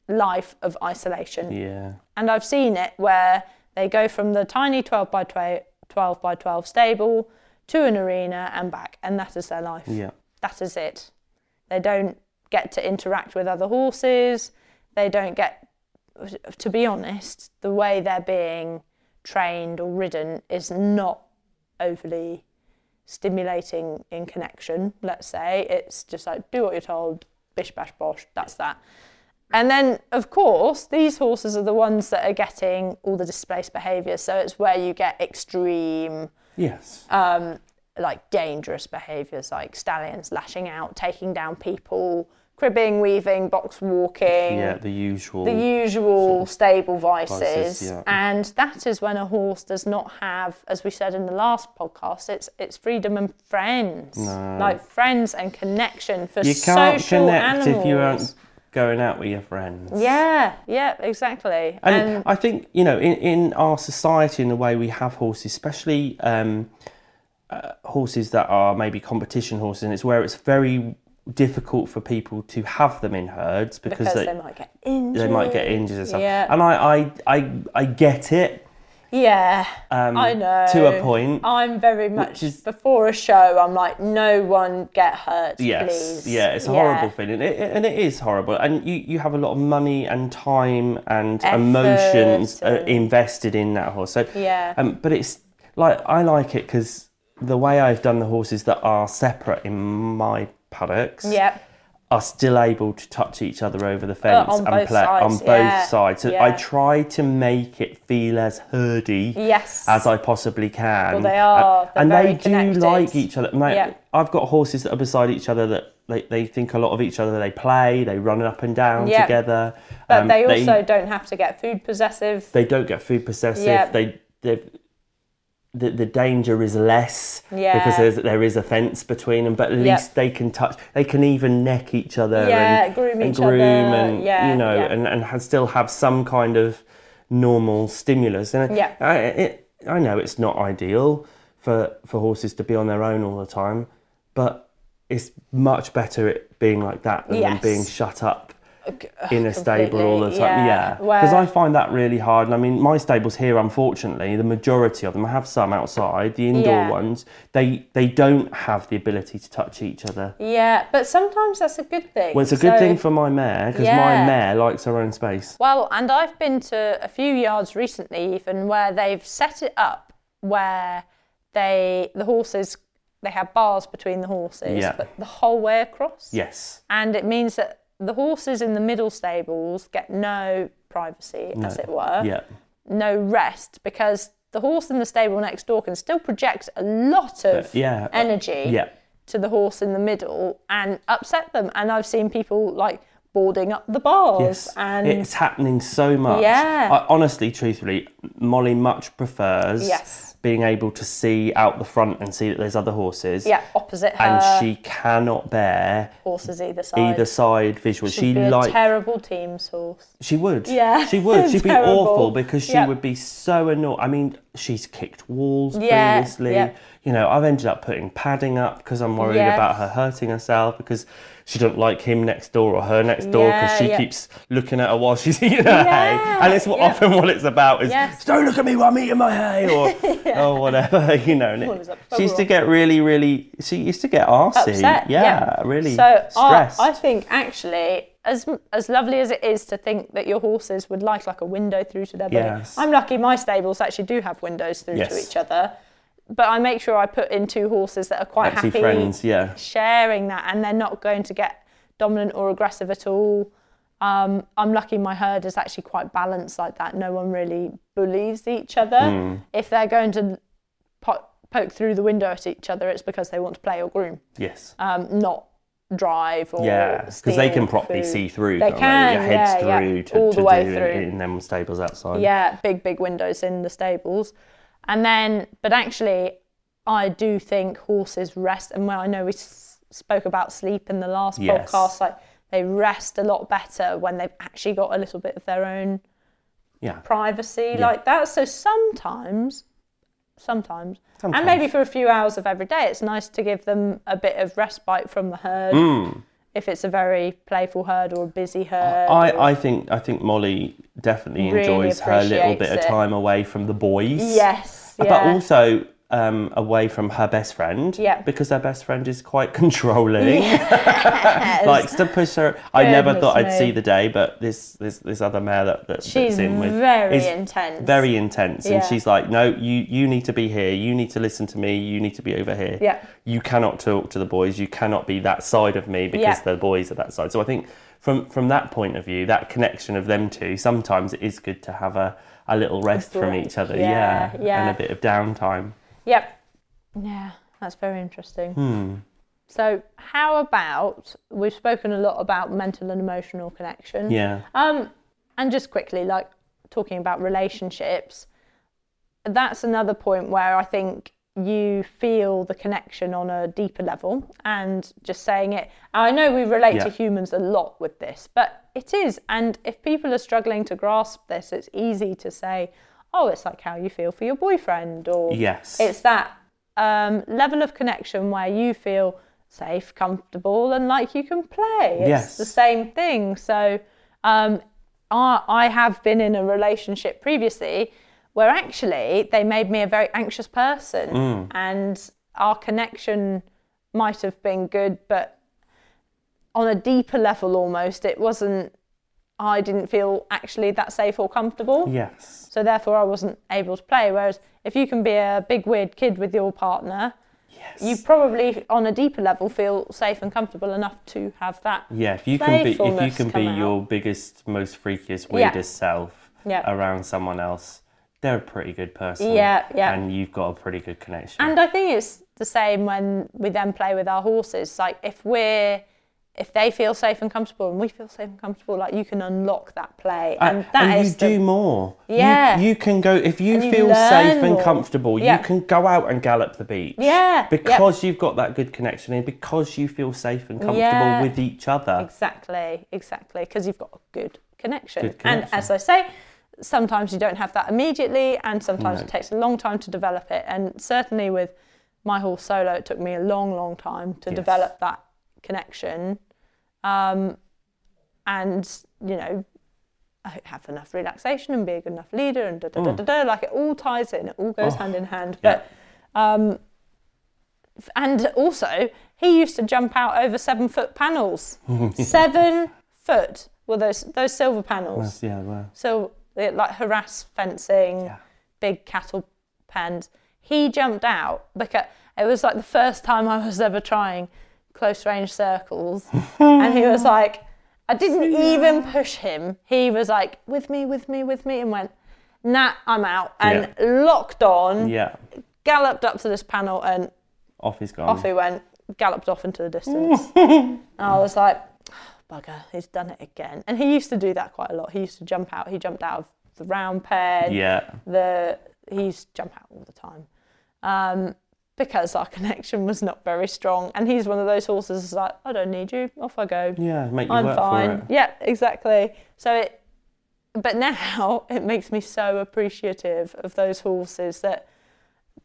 B: life of isolation.
C: yeah.
B: And I've seen it where they go from the tiny 12 by 12, 12 by 12 stable to an arena and back, and that is their life.
C: Yeah.
B: That is it. They don't get to interact with other horses. They don't get, to be honest, the way they're being trained or ridden is not overly stimulating in connection, let's say. It's just like, do what you're told, bish, bash, bosh, that's that. And then, of course, these horses are the ones that are getting all the displaced behaviour. So it's where you get extreme
C: Yes.
B: Um, like dangerous behaviours like stallions lashing out, taking down people, cribbing, weaving, box walking,
C: yeah. The usual.
B: the usual stable vices.
C: vices, yeah.
B: And that is when a horse does not have, as we said in the last podcast, it's it's freedom and friends. Like friends and connection for
C: you can't
B: social
C: connect
B: animals.
C: if you aren't going out with your friends.
B: Yeah, yeah, exactly.
C: And,
B: And,
C: I think you know, in, in our society, in the way we have horses, especially um, uh, horses that are maybe competition horses, and it's where it's very difficult for people to have them in herds because,
B: because
C: they,
B: they, might get injured.
C: they might get injured and stuff.
B: Yeah.
C: And I, I, I, I get it
B: Yeah,
C: um,
B: I know.
C: to a point.
B: I'm very much
C: is-
B: before a show. I'm like, no one get hurt,
C: Yes,
B: please.
C: yeah, it's a horrible feeling, it, it- and it is horrible. And you, you have a lot of money and time and
B: Effort
C: emotions uh,
B: and-
C: invested in that horse. So
B: Yeah.
C: um, but it's like I like it because the way I've done the horses that are separate in my paddocks
B: Yep.
C: are still able to touch each other over the fence
B: Uh, on
C: and
B: both
C: play on
B: sides,
C: both
B: yeah,
C: sides. So I
B: yeah.
C: try to make it feel as herdy
B: Yes.
C: as I possibly can.
B: Well, they are. They're
C: and
B: very
C: they do
B: connected.
C: like each other. Mate,
B: Yeah.
C: I've got horses that are beside each other that they, they think a lot of each other. They play, they run up and down
B: Yeah.
C: together.
B: but
C: Um,
B: they also don't have to get food possessive.
C: they don't get food possessive.
B: Yeah.
C: They they the, the danger is less
B: Yeah.
C: because there's, there is a fence between them, but at
B: Yeah.
C: least they can touch. They can even neck each other.
B: Yeah,
C: and,
B: groom
C: and
B: each
C: groom
B: other,
C: and
B: yeah,
C: you know,
B: yeah.
C: and and ha- still have some kind of normal stimulus. And I-
B: Yeah.
C: I, it, I know it's not ideal for for horses to be on their own all the time, but it's much better it being like that than them
B: Yes.
C: being shut up in a stable all the
B: completely,
C: time.
B: yeah.
C: Yeah, because
B: Where-
C: I find that really hard. And I mean, my stables here, unfortunately, the majority of them. I have some outside, the indoor
B: Yeah.
C: ones. They they don't have the ability to touch each other.
B: Yeah, but sometimes that's a good thing.
C: Well, it's a good
B: So-
C: thing for my mare because my
B: Yeah.
C: mare likes her own space.
B: Well, and I've been to a few yards recently, even where they've set it up where they the horses they have bars between the horses,
C: Yeah.
B: but the whole way across.
C: Yes.
B: and it means that the horses in the middle stables get no privacy, as it were,
C: Yeah.
B: no rest, because the horse in the stable next door can still project a lot of
C: Yeah. uh,
B: energy
C: Yeah.
B: to the horse in the middle and upset them. And I've seen people like boarding up the bars
C: Yes.
B: and
C: it's happening so much.
B: Yeah.
C: I, honestly, truthfully, Molly much prefers
B: Yes.
C: being able to see out the front and see that there's other horses.
B: yeah, Uh, opposite her
C: And she cannot bear
B: horses either side.
C: either side visual.
B: She'd
C: she
B: be a
C: like
B: terrible team's horse.
C: She would.
B: Yeah.
C: She would. She'd be
B: Terrible.
C: awful because she
B: Yeah.
C: would be so annoyed. I mean, she's kicked walls
B: Yeah,
C: previously.
B: yeah.
C: You know, I've ended up putting padding up because I'm worried
B: Yes.
C: about her hurting herself because she doesn't like him next door or her next door because
B: Yeah,
C: she
B: yeah.
C: keeps looking at her while she's eating her
B: Yeah,
C: hay. And it's what,
B: yeah.
C: often what it's about is,
B: Yes.
C: don't look at me while I'm eating my hay or, or whatever, you know. And it-
B: Well, it's like,
C: she used to
B: bugger
C: get really, really, she used to get arsey.
B: Upset.
C: Yeah,
B: yeah.
C: really
B: So I,
C: stressed.
B: I think actually, as as lovely as it is to think that your horses would like like a window through to their body.
C: Yes.
B: I'm lucky my stables actually do have windows through to
C: Yes.
B: each other. But I make sure I put in two horses that are quite
C: Actually
B: happy
C: friends, yeah.
B: sharing that and they're not going to get dominant or aggressive at all. Um, I'm lucky my herd is actually quite balanced like that. No one really bullies each other.
C: Hmm.
B: If they're going to po- poke through the window at each other, it's because they want to play or groom,
C: Yes.
B: um, not drive or
C: Yeah, because they
B: steal
C: can properly
B: food.
C: see through.
B: They
C: can't
B: can,
C: Your head's
B: yeah, yeah,
C: through to,
B: all
C: to
B: the way
C: do in-
B: through.
C: In, them stables outside.
B: Yeah, big, big windows in the stables. And then, but actually, I do think horses rest. And well, I know we s- spoke about sleep in the last
C: Yes.
B: podcast, like they rest a lot better when they've actually got a little bit of their own
C: Yeah.
B: privacy like that. So sometimes, sometimes,
C: Sometimes.
B: and maybe for a few hours of every day, it's nice to give them a bit of respite from the herd. If it's a very playful herd or a busy herd, or-
C: Mm. I, I think I think Molly definitely
B: Really
C: enjoys her little bit
B: appreciates
C: of
B: it.
C: time away from the boys.
B: yes, yeah.
C: But also um, away from her best friend.
B: Yeah.
C: Because her best friend is quite controlling. Likes to push her. I never
B: Goodness
C: thought I'd
B: me.
C: see the day, but this this, this other mare that, that
B: She's
C: that's in with
B: very
C: is
B: intense.
C: very intense and
B: Yeah.
C: she's like no you you need to be here you need to listen to me you need to be over here
B: Yeah.
C: you cannot talk to the boys you cannot be that side of me because
B: Yeah.
C: the boys are that side so i think from from that point of view that connection of them two sometimes it is good to have a a little rest from
B: break,
C: each other
B: yeah,
C: yeah,
B: yeah.
C: and a bit of downtime
B: Yep. Yeah, that's very interesting.
C: Hmm.
B: So, how about we've spoken a lot about mental and emotional connection.
C: yeah
B: Um, and just quickly, like talking about relationships, that's another point where I think you feel the connection on a deeper level and just saying it. I know we relate to
C: Yeah.
B: humans a lot with this, but it is. And if people are struggling to grasp this, it's easy to say, oh, it's like how you feel for your boyfriend or
C: yes
B: it's that um, level of connection where you feel safe, comfortable, and like you can play. It's
C: Yes.
B: the same thing. So um, I, I have been in a relationship previously where actually they made me a very anxious person, and our connection might have been good, but on a deeper level almost, it wasn't. I didn't feel actually that safe or comfortable.
C: yes
B: So therefore, I wasn't able to play. Whereas if you can be a big weird kid with your partner, you probably on a deeper level feel safe and comfortable enough to have that.
C: Yeah, if you can be if you
B: playfulness
C: can be
B: come out.
C: your biggest, most freakiest,
B: Yeah.
C: weirdest self
B: Yeah.
C: around someone else, they're a pretty good person.
B: Yeah, yeah.
C: And you've got a pretty good connection.
B: And I think it's the same when we then play with our horses. Like if we're if they feel safe and comfortable and we feel safe and comfortable, like you can unlock that play,
C: A-
B: and that
C: you
B: is the-
C: do more. You-
B: Yeah.
C: You, can go if you
B: you
C: feel
B: learn
C: safe and
B: more.
C: comfortable,
B: Yeah.
C: you can go out and gallop the beach.
B: Yeah, yeah.
C: Because you've got that good connection and because you feel safe and comfortable
B: Yeah.
C: with each other.
B: Exactly, exactly, because you've got a good connection.
C: Good
B: And
C: connection.
B: as I say, sometimes you don't have that immediately, and sometimes
C: No.
B: it takes a long time to develop it. And certainly with my horse solo, it took me a long, long time to
C: Yes.
B: develop that connection. Um, and you know, I have enough relaxation and be a good enough leader, and da da da da da. Like it all ties in, it all goes
C: Mm. Oh,
B: hand in hand.
C: yeah.
B: But um, f- and also, he used to jump out over seven foot panels. seven foot were those those silver panels.
C: Yeah, well.
B: So they like harass fencing,
C: Yeah.
B: big cattle pens. He jumped out because it was like the first time I was ever trying close range circles, and he was like, I didn't even push him. He was like, with me, with me, with me, and went, nah, I'm out. And locked on,
C: Yeah.
B: galloped up to this panel, and
C: Off is gone.
B: off he went, galloped off into the distance. and I was like, "Oh, bugger, he's done it again. And he used to do that quite a lot. He used to jump out, he jumped out of the round pen.
C: Yeah.
B: The, he's jump out all the time. Um, because our connection was not very strong. And he's one of those horses that's like, I don't need you, off I go.
C: Yeah. Make you
B: I'm
C: work
B: fine.
C: for it.
B: Yeah, exactly. So it, but now it makes me so appreciative of those horses that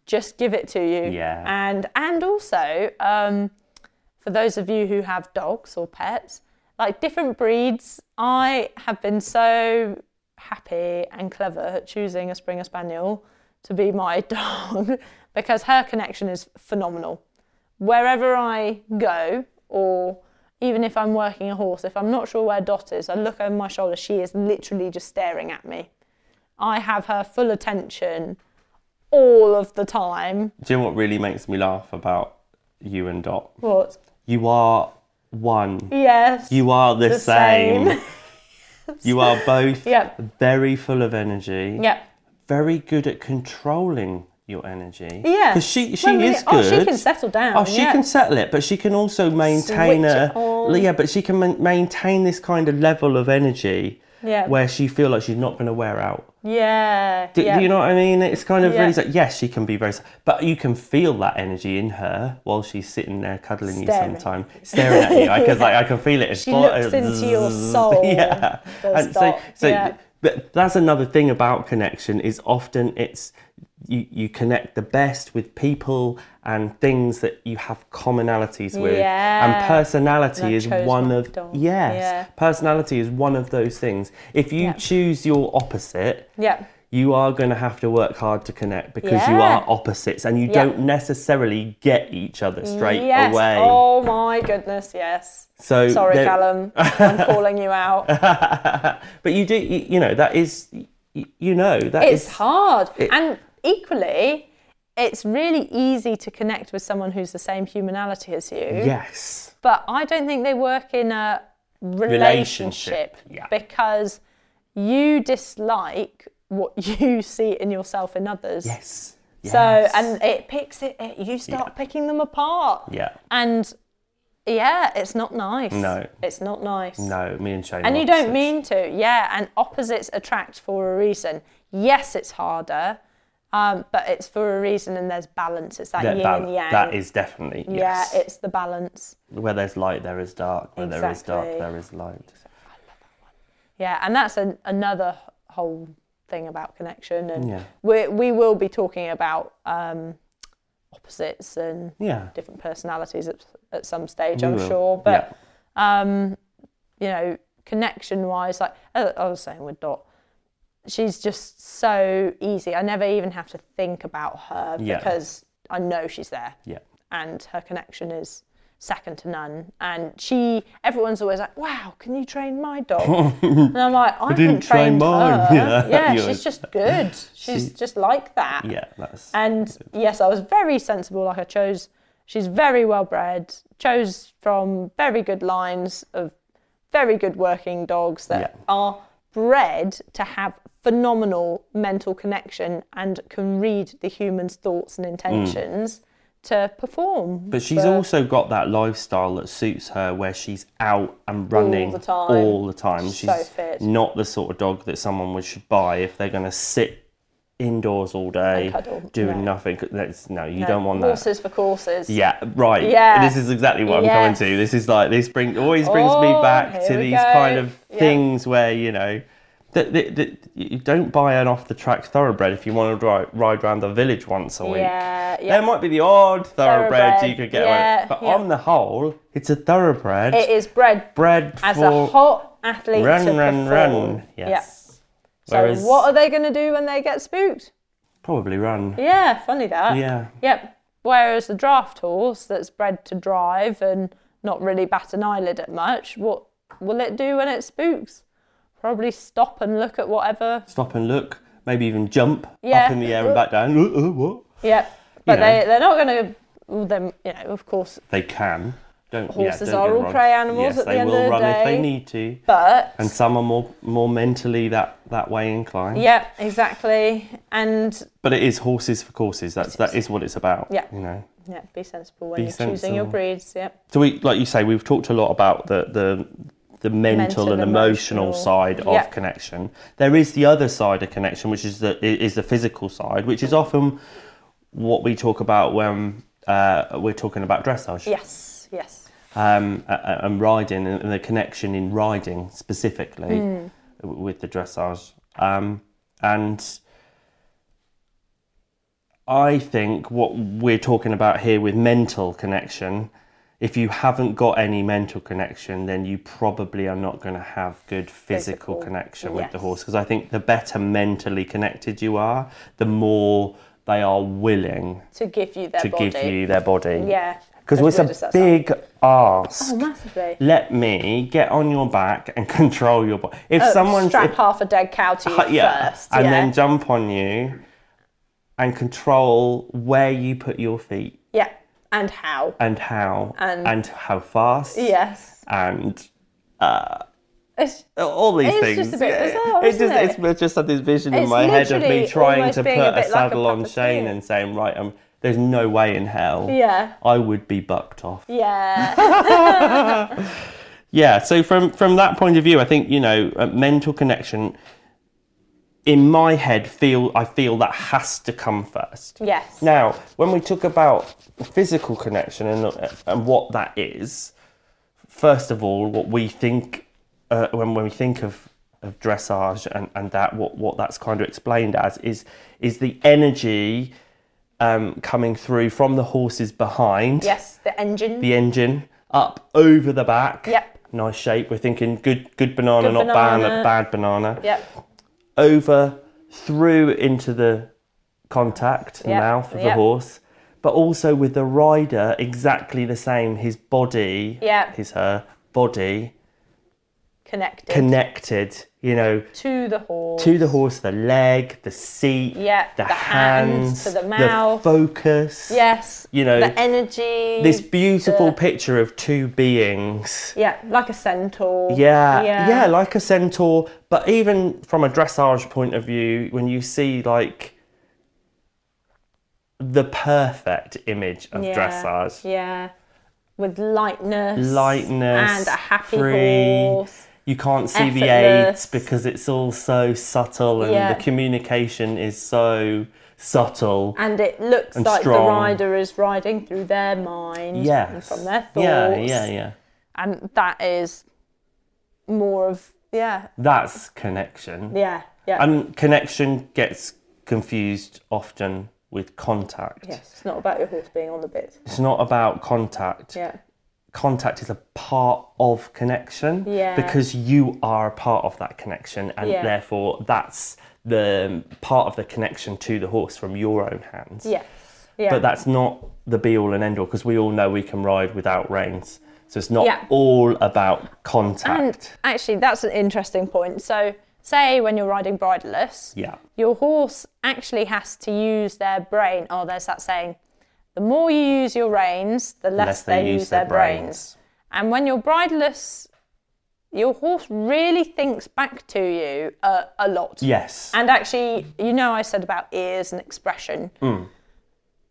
B: just give it to you.
C: Yeah.
B: And and also um, for those of you who have dogs or pets, like different breeds, I have been so happy and clever at choosing a Springer Spaniel to be my dog because her connection is phenomenal wherever I go, or even if I'm working a horse, if I'm not sure where Dot is, I look over my shoulder, she is literally just staring at me. I have her full attention all of the time.
C: Do you know what really makes me laugh about you and Dot?
B: What?
C: You are one.
B: Yes.
C: You are the,
B: Mm. The
C: same.
B: same.
C: you are both
B: Yep.
C: very full of energy.
B: Yeah.
C: Very good at controlling your energy.
B: Yeah.
C: Because she, she
B: When we-
C: is
B: Oh,
C: good.
B: she can settle down.
C: Oh, she
B: yeah.
C: can settle it, but she can also maintain
B: Switch
C: a
B: it on.
C: yeah. But she can ma- maintain this kind of level of energy
B: Yeah.
C: where she feel like she's not going to wear out.
B: Yeah.
C: Do, do
B: yeah.
C: you know what I mean? It's kind of
B: Yeah.
C: really like yes, she can be very, s- but you can feel that energy in her while she's sitting there cuddling
B: Staring.
C: you sometime, staring at you. I can like I can feel it. It's
B: She
C: got-
B: looks into your soul,
C: Yeah,
B: does
C: so
B: that,
C: so
B: yeah.
C: but that's another thing about connection is often it's you you connect the best with people and things that you have commonalities with and
B: Yeah.
C: personality
B: And I
C: is
B: chose
C: one
B: my
C: of
B: dog.
C: yes
B: Yeah.
C: personality is one of those things if you
B: Yeah.
C: choose your opposite
B: Yeah.
C: you are going to have to work hard to connect because you
B: Yeah.
C: are opposites and you
B: Yeah.
C: don't necessarily get each other straight
B: yes.
C: away.
B: Oh my goodness, yes.
C: so
B: Sorry,
C: there- Uh,
B: Callum. I'm calling you out.
C: But you do, you, you know, that is, you, you know, that
B: it's
C: is-
B: hard
C: it-
B: and equally it's really easy to connect with someone who's the same humanality as you
C: Yes.
B: but i don't think they work in a
C: Relationship,
B: relationship,
C: yeah.
B: because you dislike what you see in yourself in others
C: Yes.
B: so
C: Yes.
B: and it picks it, it you start picking them apart
C: Yeah.
B: and yeah it's not nice
C: No.
B: it's not nice
C: No, me and Shane.
B: and
C: are
B: you don't
C: opposites.
B: mean to, yeah. And opposites attract for a reason. Yes, it's harder, um, but it's for a reason, and there's balance. It's that,
C: that,
B: yin
C: that-
B: and yang.
C: that is definitely
B: yeah,
C: yes.
B: it's the balance.
C: Where there's light, there is dark. Where there is dark,
B: Exactly.
C: there is light.
B: Yeah, and that's an, another whole thing about connection. And
C: Yeah.
B: we we will be talking about um, opposites and
C: Yeah.
B: different personalities at, at some stage,
C: We
B: I'm
C: will.
B: sure. But um, you know, connection wise, like as I was saying with Dot, she's just so easy. I never even have to think about her
C: Yeah.
B: because I know she's there
C: Yeah.
B: and her connection is second to none. And she, everyone's always like, "Wow, can you train my dog?" and I'm like, "I,
C: didn't
B: haven't
C: train
B: trained
C: mine."
B: her.
C: Yeah.
B: Yeah,
C: Yours.
B: she's just good. She's just like that."
C: Yeah. That's
B: And yes, I was very sensible. Like I chose, she's very well bred, chose from very good lines of very good working dogs that
C: Yeah.
B: are bred to have phenomenal mental connection and can read the human's thoughts and intentions to perform.
C: Mm. But she's also got that lifestyle that suits her, where she's out and running
B: the time.
C: all the time. She's
B: so fit.
C: not the sort of dog that someone would should buy if they're going to sit indoors all day
B: And cuddle.
C: doing
B: No.
C: nothing. That's, no, you don't want that.
B: horses for courses.
C: Yeah, right.
B: Yeah.
C: This is exactly what I'm coming
B: Yes.
C: to. This is like this brings always brings me
B: Oh,
C: back to
B: here we
C: these
B: go.
C: kind of
B: Yeah.
C: things where you know that, that, that you don't buy an off the track thoroughbred if you want to ride, ride around the village once a week.
B: Yeah, yeah.
C: There might be the odd thoroughbred,
B: Thoroughbred,
C: you could get away
B: yeah,
C: with, but
B: yeah.
C: on the whole, it's a thoroughbred
B: It is bred
C: bred
B: as
C: for
B: a hot athlete
C: run,
B: to
C: run,
B: perform.
C: run.
B: Yeah.
C: Yes.
B: So
C: Whereas
B: what are they going to do when they get spooked?
C: probably run.
B: Yeah, funny that.
C: Yeah.
B: Yep. Whereas the draft horse that's bred to drive and not really bat an eyelid at much, what will it do when it spooks? Probably stop and look at whatever.
C: Stop and look. Maybe even jump
B: Yeah.
C: up in the air and back down. Uh, uh, what?
B: Yep. But
C: You know.
B: they, they're not going to, well, them, you know, of course,
C: They can. don't,
B: Horses
C: yeah, don't
B: are
C: get me
B: all
C: wrong.
B: prey animals
C: Yes,
B: at the
C: they
B: end
C: will
B: of the
C: run if
B: day.
C: they need to,
B: But
C: and some are more more mentally that that way inclined.
B: yeah, exactly. And
C: But it is horses for courses. That's that is what it's about.
B: Yeah.
C: you know.
B: yeah, be sensible when
C: Be
B: you're choosing your
C: sensible.
B: breeds. Yep.
C: So we, like you say, we've talked a lot about the the, the mental,
B: Mental,
C: and emotional,
B: emotional.
C: side
B: Yeah.
C: of connection. There is the other side of connection, which is the is the physical side, which is often what we talk about when uh, we're talking about dressage
B: Yes. Yes.
C: um, a- a- and riding and the connection in riding specifically
B: Hmm.
C: w- with the dressage. Um, and I think what we're talking about here with mental connection, if you haven't got any mental connection, then you probably are not going to have good physical,
B: Physical,
C: connection with the
B: yes.
C: horse. Because I think the better mentally connected you are, the more they are willing
B: To give you their
C: to
B: body.
C: give you their body.
B: yeah.
C: Because
B: as
C: it's
B: weird as
C: a
B: that sounds.
C: big ass.
B: Oh, massively.
C: Let me get on your back and control your body. If someone
B: Oh, strap
C: if-
B: half a dead cow to you
C: yeah,
B: first.
C: and
B: yeah.
C: then jump on you and control where you put your feet
B: yeah. And how?
C: and how
B: And-
C: how fast
B: Yes.
C: and
B: It's,
C: all these
B: It's
C: things.
B: just a bit bizarre,
C: It's
B: isn't
C: just
B: it?
C: it's just had this vision in
B: It's
C: my head of me
B: literally
C: trying
B: almost
C: to put
B: being a
C: a,
B: bit like a
C: saddle on Shane
B: puppeteer.
C: and saying, right, um, there's no way in hell
B: yeah.
C: I would be bucked off.
B: Yeah.
C: Yeah, so from from that point of view, I think you know, uh, mental connection. In my head, feel I feel that has to come first.
B: yes.
C: Now, when we talk about physical connection and uh, and what that is, first of all, what we think uh, when when we think of of dressage and, and that what, what that's kind of explained as is is the energy um, coming through from the horses behind
B: Yes. The engine.
C: the engine up over the back.
B: Yep.
C: Nice shape. We're thinking good, good banana,
B: Good
C: not
B: banana.
C: Bad, bad banana.
B: Yep.
C: Over, through into the contact
B: Yep,
C: mouth of the
B: yep.
C: horse, but also with the rider exactly the same. His body,
B: Yep.
C: his her body
B: Connected
C: connected. You know,
B: to the horse.
C: to the horse, the leg, the seat,
B: Yep,
C: the,
B: the hands
C: hands,
B: to the mouth.
C: focus.
B: Yes.
C: You know,
B: the energy.
C: This beautiful
B: the-
C: picture of two beings
B: Yeah, like a centaur.
C: Yeah,
B: Yeah.
C: yeah, like a centaur. But even from a dressage point of view, when you see like the perfect image of
B: Yeah,
C: dressage,
B: Yeah. With lightness.
C: Lightness,
B: And a happy
C: free.
B: horse.
C: you can't see the
B: Effortless.
C: aids because it's all so subtle, and
B: Yeah.
C: the communication is so subtle.
B: And it looks
C: And
B: like
C: strong.
B: the rider is riding through their mind. And
C: Yes.
B: from their thoughts.
C: Yeah, yeah, yeah.
B: And that is more of, yeah,
C: That's connection.
B: yeah, yeah.
C: And connection gets confused often with contact.
B: yes. It's not about your horse being on the bits.
C: It's not about contact.
B: Yeah.
C: contact is a part of connection
B: Yeah.
C: because you are a part of that connection and
B: Yeah.
C: therefore that's the part of the connection to the horse from your own hands
B: Yes. Yeah.
C: but that's not the be all and end all because we all know we can ride without reins so it's not
B: Yeah.
C: all about contact
B: Actually, that's an interesting point. So, say when you're riding bridleless,
C: yeah
B: your horse actually has to use their brain. Oh, there's that saying. The more you use your reins, the less,
C: Unless
B: they, use their, brains. And when you're bridleless, your horse really thinks back to you uh, a lot.
C: yes
B: And actually, you know, I said about ears and expression.
C: Mm.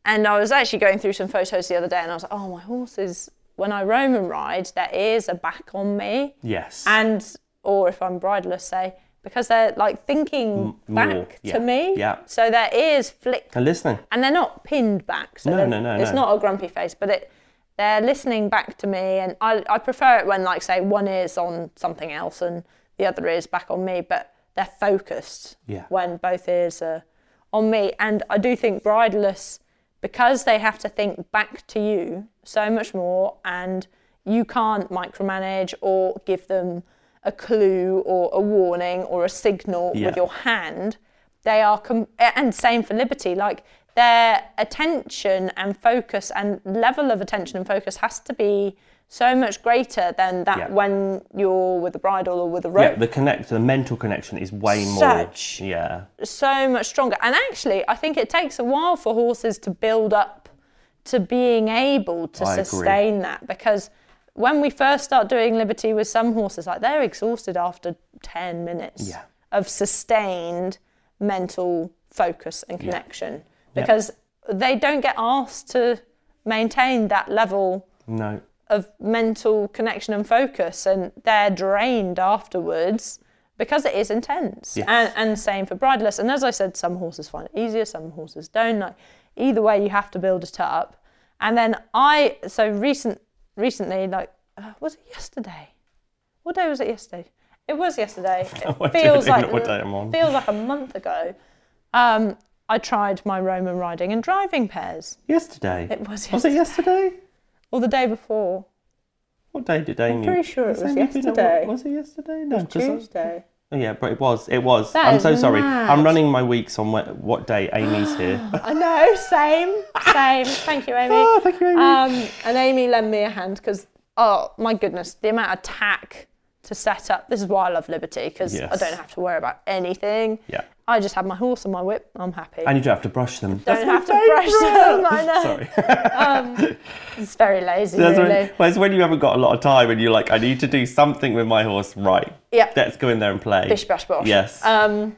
B: And I was actually going through some photos the other day and I was like, oh, my horses, when I roam and ride, their ears are back on me
C: yes
B: and or if I'm bridleless, say because they're like thinking back
C: more, yeah,
B: to me.
C: yeah.
B: So their ears flick,
C: and listening
B: and they're not pinned back. So
C: No,
B: they're-
C: no, no,
B: It's
C: no.
B: not a grumpy face, but it they're listening back to me, and I I prefer it when like say one ear's on something else and the other ear's back on me, but they're focused
C: Yeah.
B: when both ears are on me. And I do think bridleless because they have to think back to you so much more and you can't micromanage or give them a clue or a warning or a signal
C: Yeah.
B: with your hand they are com- and same for liberty like their attention and focus and level of attention and focus has to be so much greater than that
C: Yeah.
B: when you're with a bridle or with a
C: yeah
B: rope
C: the connect the mental connection is way
B: Such.
C: more yeah
B: so much stronger. And actually, I think it takes a while for horses to build up to being able to
C: I agree.
B: sustain that because when we first start doing liberty with some horses, like they're exhausted after 10 minutes
C: Yeah.
B: of sustained mental focus and connection because they don't get asked to maintain that level
C: No.
B: of mental connection and focus and they're drained afterwards because it is intense
C: Yes.
B: and, and same for bridleless and as i said some horses find it easier some horses don't like either way you have to build it up and then i so recent recently like uh, was it yesterday what day was it yesterday it was yesterday
C: I
B: it
C: don't
B: feels
C: even
B: like
C: know what day I'm on.
B: feels like a month ago um, i tried my roman riding and driving pairs
C: Yesterday.
B: it was
C: Was it
B: yesterday
C: yesterday?
B: or the day before
C: What day did Amy?
B: pretty sure it
C: Has
B: was
C: Amy been at work-
B: yesterday.
C: Was it yesterday? No, 'cause I-
B: tuesday
C: Oh, yeah, but it was. It was.
B: That
C: I'm
B: is
C: so sorry. I'm
B: mad.
C: running my weeks on what, what day Amy's here. Ah,
B: I know, same, same. Thank you, Amy.
C: Oh, thank you, Amy.
B: Um, and Amy lend me a hand because, oh my goodness, the amount of tack to set up. This is why I love Liberty because I
C: Yes.
B: don't have to worry about anything.
C: Yeah.
B: I just have my horse and my whip. I'm happy.
C: and you don't have to brush them.
B: don't have to brush them. I know.
C: Sorry.
B: It's very lazy,
C: That's
B: really.
C: when, well, it's when you haven't got a lot of time and you're like, I need to do something with my horse. Right.
B: Yeah.
C: Let's go in there and play.
B: Bish bash bosh.
C: Yes.
B: Um,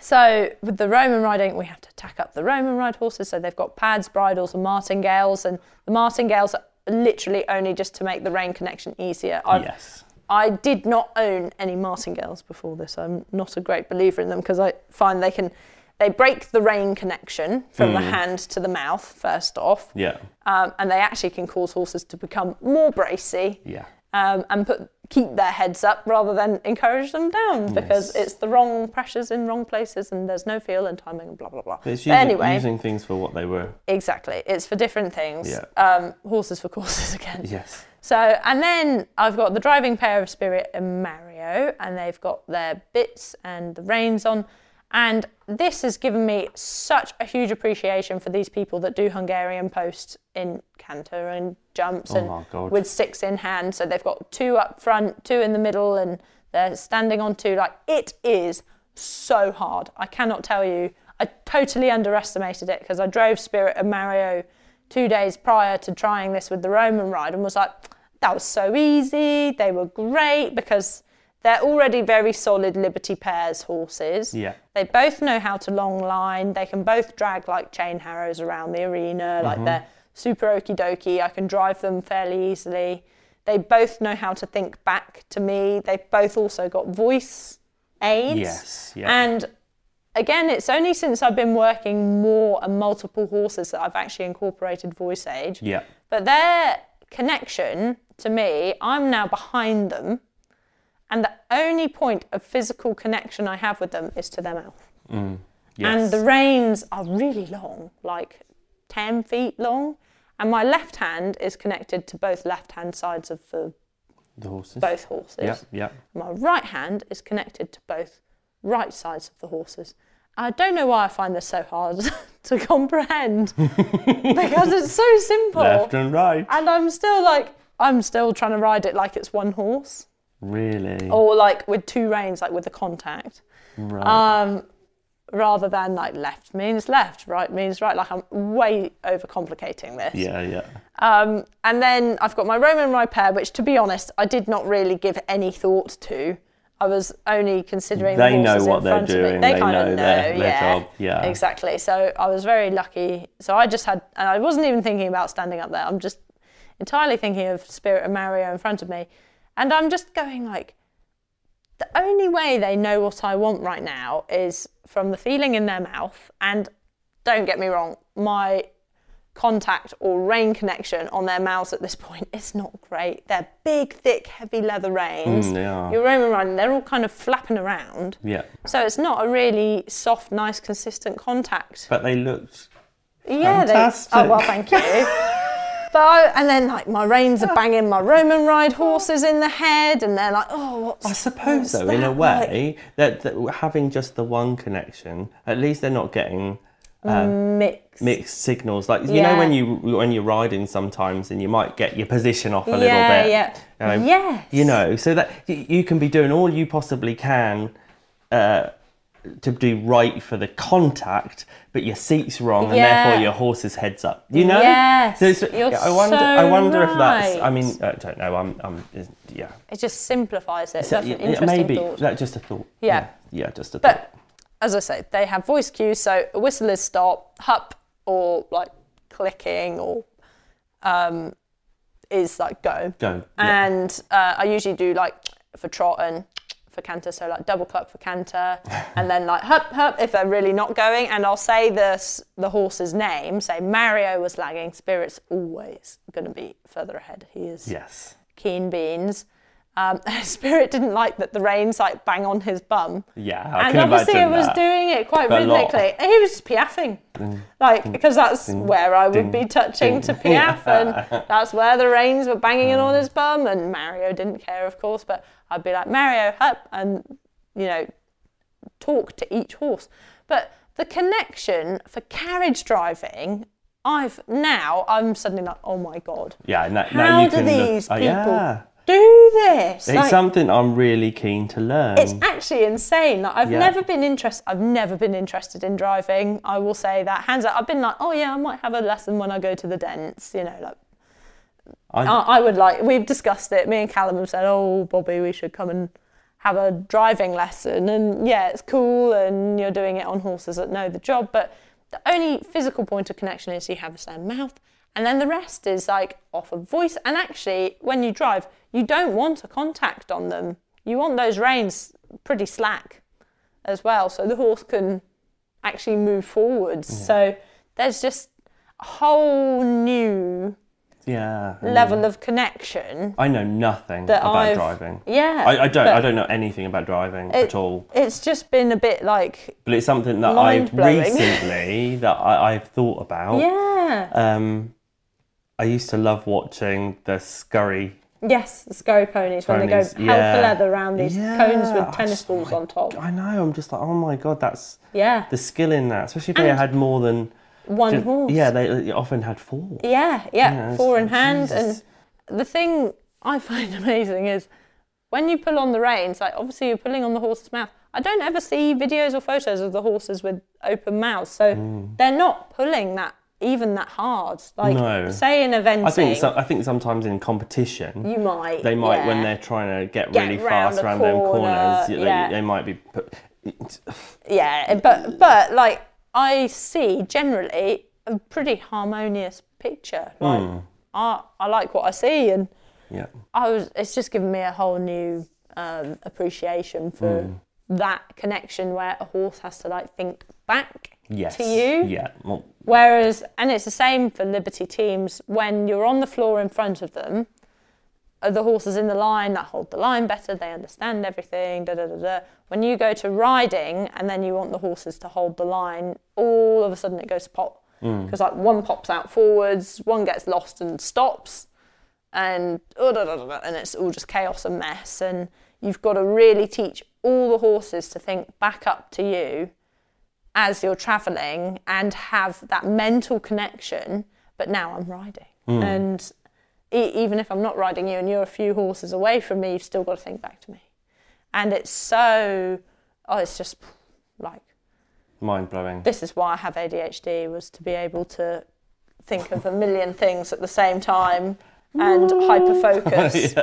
B: so with the Roman riding, we have to tack up the Roman ride horses. So they've got pads, bridles, and martingales, and the martingales are literally only just to make the rein connection easier. I've,
C: yes.
B: I did not own any martingales before this. I'm not a great believer in them because I find they can they break the rein connection from the hand to the mouth first off,
C: Hmm. Yeah.
B: um, and they actually can cause horses to become more bracy
C: Yeah.
B: um, and put keep their heads up rather than encourage them down because
C: Yes.
B: it's the wrong pressures in wrong places and there's no feel and timing and blah blah blah.
C: It's
B: But
C: using,
B: anyway,
C: using things for what they were.
B: exactly, it's for different things.
C: Yeah.
B: Um, horses for courses again.
C: Yes.
B: So, and then I've got the driving pair of Spirit and Mario, and they've got their bits and the reins on. And this has given me such a huge appreciation for these people that do Hungarian posts in canter and jumps
C: Oh my God.
B: and with sticks in hand. So they've got two up front, two in the middle, and they're standing on two. Like it is so hard. I cannot tell you. I totally underestimated it because I drove Spirit and Mario two days prior to trying this with the Roman ride and was like, that was so easy. They were great because they're already very solid Liberty pairs horses.
C: Yeah.
B: They both know how to long line. They can both drag like chain harrows around the arena.
C: Mm-hmm.
B: Like they're super okie dokie. I can drive them fairly easily. They both know how to think back to me. They've both also got voice aids.
C: Yes, yeah.
B: And again, it's only since I've been working more and multiple horses that I've actually incorporated voice aid.
C: Yeah.
B: But their connection to me, I'm now behind them. And the only point of physical connection I have with them is to their mouth. And
C: Yes.
B: the reins are really long, like 10 feet long. And my left hand is connected to both left hand sides of the,
C: the horses.
B: both horses.
C: Yeah. Yeah.
B: My right hand is connected to both right sides of the horses. I don't know why I find this so hard to comprehend because it's so simple.
C: Left and right.
B: And I'm still like, I'm still trying to ride it like it's one horse
C: Really.
B: or like with two reins, like with the contact,
C: right.
B: um, rather than like left means left, right means right. Like I'm way overcomplicating this.
C: yeah. Yeah.
B: Um, and then I've got my Roman rye pair, which to be honest, I did not really give any thought to. I was only considering
C: They
B: the
C: know
B: horses
C: what
B: in
C: they're
B: front of
C: doing.
B: me. They,
C: They
B: kind
C: know
B: of know,
C: their- their
B: yeah,
C: job, yeah.
B: exactly. So I was very lucky. So I just had, and I wasn't even thinking about standing up there. I'm just entirely thinking of Spirit and Mario in front of me, and I'm just going like, the only way they know what I want right now is from the feeling in their mouth. And don't get me wrong, my contact or rein connection on their mouths at this point is not great. They're big, thick, heavy leather reins.
C: Mm, they are.
B: You're roaming around, and they're all kind of flapping around.
C: Yeah.
B: So it's not a really soft, nice, consistent contact.
C: But they looked.
B: Yeah,
C: Fantastic.
B: they. Oh well, thank you. but I, and then like my reins are banging my Roman ride horses in the head, and they're like, oh, what's
C: Oh. I suppose
B: what's
C: though, in
B: that
C: a
B: like?
C: way, that, that having just the one connection, at least they're not getting
B: mix.
C: mixed signals. Like you know
B: Yeah.
C: when you when you're riding sometimes, and you might get your position off a little
B: Yeah,
C: bit.
B: yeah.
C: Um, You know,
B: Yes.
C: You know, so that you, you can be doing all you possibly can uh, to do right for the contact, but your seat's wrong, and
B: Yeah.
C: therefore your horse's head's up. You know?
B: Yes,
C: it's-
B: you're
C: I wonder.
B: so
C: I wonder if that's. I
B: right.
C: mean, I don't know. I'm. I'm. is- Yeah.
B: It just simplifies it.
C: So,
B: That's
C: yeah,
B: an
C: yeah,
B: interesting
C: maybe
B: thought.
C: That just a thought.
B: Yeah.
C: Yeah. just a thought.
B: But as I say, they have voice cues, so a whistle is stop, hup, or like clicking, or um, is like go.
C: Go. Yeah.
B: And uh, I usually do like for trot and for canter, so like double cluck for canter, and then like hup hup if they're really not going. And I'll say the s- the horse's name. Say Mario was lagging. Spirit's always going to be further ahead. He is
C: yes.
B: keen beans. Um, Spirit didn't like that the reins like bang on his bum.
C: Yeah. I
B: And
C: can
B: obviously, it
C: imagine
B: was
C: that.
B: doing it quite
C: A lot.
B: rhythmically. And he was just piaffing, like because that's where I would be touching to piaff, and that's where the reins were banging in
C: Mm.
B: on his bum. And Mario didn't care, of course, but I'd be like Mario, hup, and you know, talk to each horse. But the connection for carriage driving, I've now I'm suddenly like, oh my god,
C: Yeah. Now, now
B: how
C: you
B: do
C: can look-
B: these
C: oh,
B: people
C: yeah.
B: do this?
C: It's
B: Like,
C: something I'm really keen to learn.
B: it's actually insane. Like I've
C: Yeah.
B: never been interested. I've never been interested in driving. I will say that hands up. I've been like, oh yeah, I might have a lesson when I go to the dents. You know, like
C: I-
B: I, I would like. We've discussed it. Me and Callum have said, oh Bobby, we should come and have a driving lesson. And yeah, it's cool, and you're doing it on horses that know the job. But the only physical point of connection is you have the same mouth. And then the rest is like off of voice. And actually, when you drive, you don't want a contact on them. You want those reins pretty slack as well, so the horse can actually move forwards. So there's just a whole new
C: yeah.
B: level of connection
C: I know nothing
B: that
C: about
B: I've
C: driving.
B: Yeah,
C: I, I don't. I
B: but-
C: don't know anything about driving
B: It-
C: at all.
B: It's just been a bit like
C: But it's something that I've
B: Mind-blowing.
C: recently that I, I've thought about.
B: yeah,
C: Um, I used to love watching the scurry.
B: yes, the scurry ponies when
C: Ponies,
B: they go hell
C: yeah.
B: for leather around these
C: Yeah, Oh,
B: cones with
C: I
B: tennis
C: just-
B: balls on top.
C: I know. I'm just like, oh my god, that's
B: Yeah,
C: the skill in that. Especially if they had more than
B: one
C: just-
B: horse.
C: Yeah, they they often had four.
B: Yeah, yeah,
C: Yeah, it's
B: four in
C: like,
B: hand.
C: Jesus.
B: And the thing I find amazing is when you pull on the reins, like obviously you're pulling on the horse's mouth. I don't ever see videos or photos of the horses with open mouths, so
C: Mm.
B: they're not pulling that even that hard. Like
C: No.
B: say in eventing,
C: I think. So, I think sometimes in competition.
B: you might.
C: they might when
B: Mm, yeah.
C: they're trying to get
B: Get
C: really
B: round
C: fast
B: a
C: around them
B: corner,
C: corners yeah, they,
B: yeah.
C: they might be put,
B: Yeah, but but like I see generally a pretty harmonious picture. Like
C: Mm.
B: I I like what I see, and
C: yeah
B: I was it's just given me a whole new um, appreciation for that connection where a horse has to like think back
C: yes
B: to you.
C: yeah well,
B: Whereas, and it's the same for Liberty teams, when you're on the floor in front of them, uh, the horses in the line that hold the line better, they understand everything, da da da da. When you go to riding and then you want the horses to hold the line, all of a sudden it goes pop. Because like one pops out forwards, one gets lost and stops, and oh, da, da, da, da, and it's all just chaos and mess. And you've got to really teach all the horses to think back up to you as you're traveling and have that mental connection. But now I'm riding, and e- even if I'm not riding you and you're a few horses away from me, you've still got to think back to me. And it's so, oh, it's just like
C: mind-blowing
B: this is why I have ADHD was to be able to think of a million things at the same time and hyper focus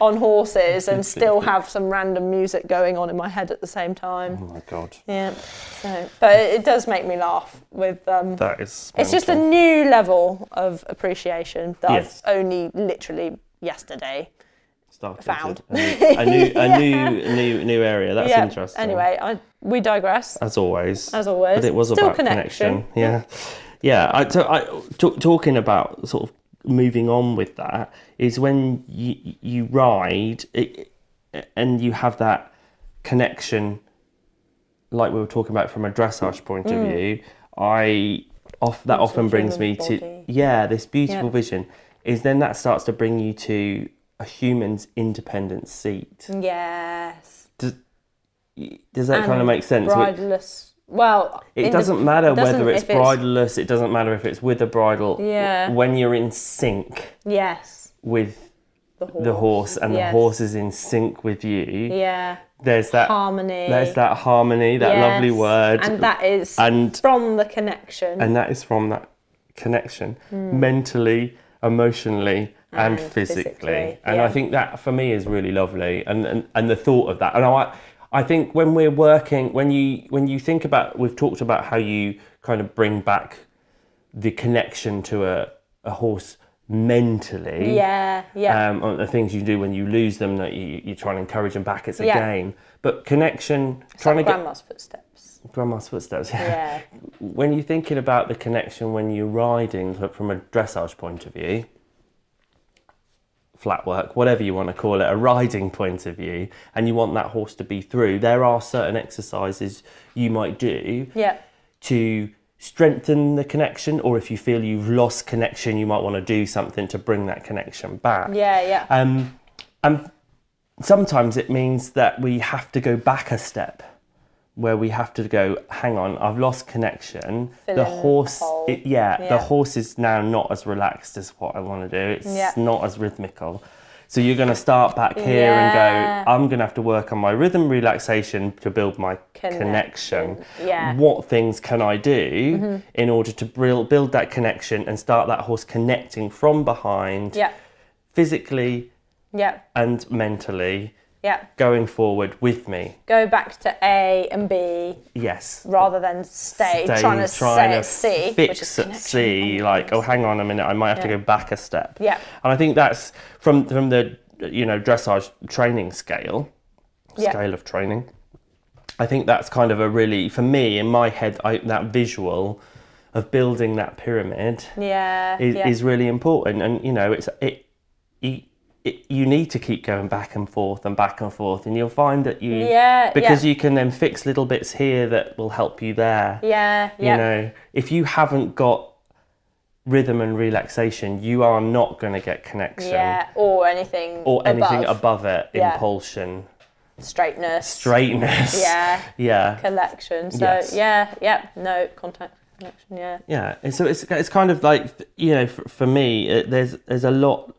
B: on horses and still have some random music going on in my head at the same time.
C: oh my god
B: Yeah. So, but it, it does make me laugh. With um,
C: that is
B: it's just a
C: mental.
B: new level of appreciation that
C: Yes.
B: I've only literally yesterday
C: started
B: found.
C: a new a new, a new, a new, new area that's
B: yeah.
C: interesting Uh,
B: Anyway, I, we digress.
C: as always
B: As always.
C: but it was
B: Still
C: about
B: connection.
C: connection, yeah yeah I, so I t- talking about sort of moving on with that is when you you ride it, and you have that connection like we were talking about from a dressage point of view, I off that often brings me
B: Mm. human
C: to
B: body.
C: yeah this beautiful
B: Yeah.
C: vision is then that starts to bring you to a human's independent seat.
B: Yes.
C: Does that kind of
B: And
C: make sense? It-
B: Brideless. Well,
C: It
B: inde-
C: doesn't matter
B: doesn't
C: whether it's
B: if it's-
C: bridleless. It doesn't matter if it's with a bridle.
B: Yeah.
C: When you're in sync
B: Yes.
C: with
B: the horse.
C: the horse and
B: Yes.
C: the horse is in sync with you,
B: Yeah.
C: there's that
B: Harmony.
C: there's that harmony, that lovely
B: Yes.
C: word,
B: And that is
C: and
B: from the connection.
C: and that is from that connection mentally emotionally and,
B: Hmm. And
C: physically,
B: physically,
C: and i
B: yeah.
C: think that for me is really lovely and, and and the thought of that and i i think when we're working when you when you think about we've talked about how you kind of bring back the connection to a, a horse mentally
B: yeah, yeah.
C: um, on the things you do when you lose them that you, you try and encourage them back it's a
B: Yeah.
C: game but connection
B: It's like
C: trying to get
B: grandma's footsteps.
C: grandma's footsteps
B: Yeah.
C: when you're thinking about the connection when you're riding fr- from a dressage point of view, flat work, whatever you want to call it, a riding point of view, and you want that horse to be through, there are certain exercises you might do
B: yeah.
C: to strengthen the connection, or if you feel you've lost connection, you might want to do something to bring that connection back.
B: Yeah, yeah.
C: Um, and sometimes it means that we have to go back a step, where we have to go. Hang on, I've lost connection.
B: Fill
C: the
B: in the
C: horse,
B: hole.
C: it- yeah, the
B: Yeah.
C: horse is now not as relaxed as what I want to do. It's
B: Yeah.
C: not as rhythmical. So you're going to start back here
B: Yeah.
C: and go. I'm going to have to work on my rhythm relaxation to build my connection.
B: Connection, yeah. Mm-hmm.
C: What things can I do in order to build build that connection and start that horse connecting from behind,
B: Yeah.
C: physically,
B: Yeah.
C: and mentally
B: Yeah.
C: going forward with me.
B: Go back to A and B
C: Yes.
B: rather than stay,
C: Stay
B: trying to
C: trying
B: stay at C, which is
C: fix at
B: connection.
C: C, like, oh, hang on a minute, I might have to
B: Yeah.
C: go back a step.
B: Yeah.
C: And I think that's from from the you know dressage training scale,
B: Yeah.
C: scale of training. I think that's kind of a really for me in my head I, that visual of building that pyramid
B: Yeah.
C: is,
B: yeah.
C: is really important and you know it's it, you- it you need to keep going back and forth and back and forth and you'll find that you
B: Yeah,
C: because
B: yeah.
C: you can then fix little bits here that will help you there
B: yeah.
C: you
B: Yeah.
C: know if you haven't got rhythm and relaxation you are not going to get connection
B: Yeah. Or anything.
C: or anything
B: above.
C: above, it
B: Yeah.
C: impulsion
B: Straightness.
C: straightness
B: Yeah.
C: yeah
B: Collection. So
C: Yes.
B: yeah. Yeah. No contact. Connection. Yeah.
C: Yeah, and so it's it's kind of like you know, for, for me, it, there's there's a lot.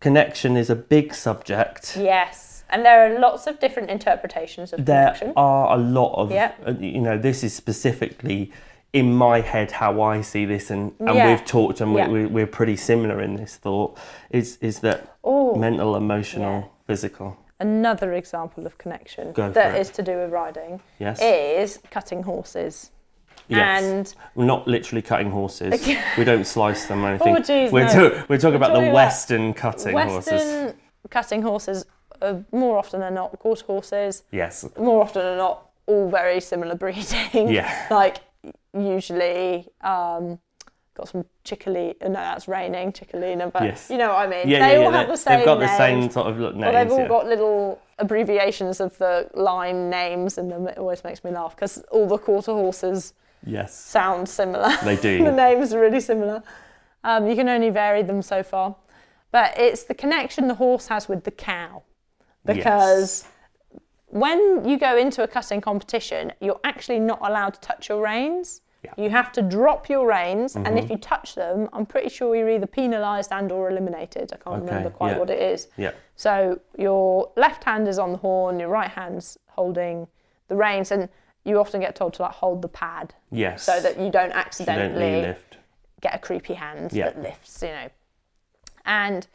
C: Connection is a big subject.
B: Yes. And there are lots of different interpretations of
C: There
B: connection.
C: are a lot of
B: Yeah.
C: uh, you know. This is specifically in my head how I see this, and, and
B: Yeah.
C: we've talked, and we,
B: Yeah.
C: we, we're pretty similar in this thought. Is is that
B: Ooh.
C: mental, emotional, physical?
B: Another example of connection
C: Go
B: that
C: for
B: is
C: it.
B: to do with riding
C: Yes.
B: is cutting horses.
C: Yes.
B: And
C: We're not literally cutting horses. We don't slice them or anything.
B: Oh, geez,
C: we're,
B: no.
C: ta- we're talking about
B: talking
C: the
B: about
C: Western cutting
B: Western
C: horses.
B: cutting horses are more often than not quarter horses.
C: Yes.
B: More often than not, all very similar breeding.
C: Yeah.
B: like usually, um, got some Chickalina. No, that's raining Chickalina, but
C: Yes.
B: you know what I mean.
C: Yeah,
B: they
C: yeah,
B: all
C: yeah.
B: have
C: they-
B: the same.
C: They've got the same
B: names,
C: sort of look names.
B: Or they've all
C: yeah.
B: got little abbreviations of the line names in them. It always makes me laugh because all the quarter horses
C: Yes.
B: sound similar.
C: They do.
B: the names are really similar. Um, you can only vary them so far. But it's the connection the horse has with the cow. Because when you go into a cutting competition, you're actually not allowed to touch your reins.
C: Yeah. Mm-hmm.
B: You have to drop your reins, and if you touch them, I'm pretty sure you're either penalised and/or eliminated. I can't
C: Okay,
B: remember quite
C: yeah.
B: what it is.
C: Yeah.
B: So your left hand is on the horn, your right hand's holding the reins, and you often get told to like hold the pad
C: Yes.
B: so that you don't
C: Accidentally
B: accidentally
C: lift.
B: get a creepy hand
C: Yeah.
B: that lifts, you know. And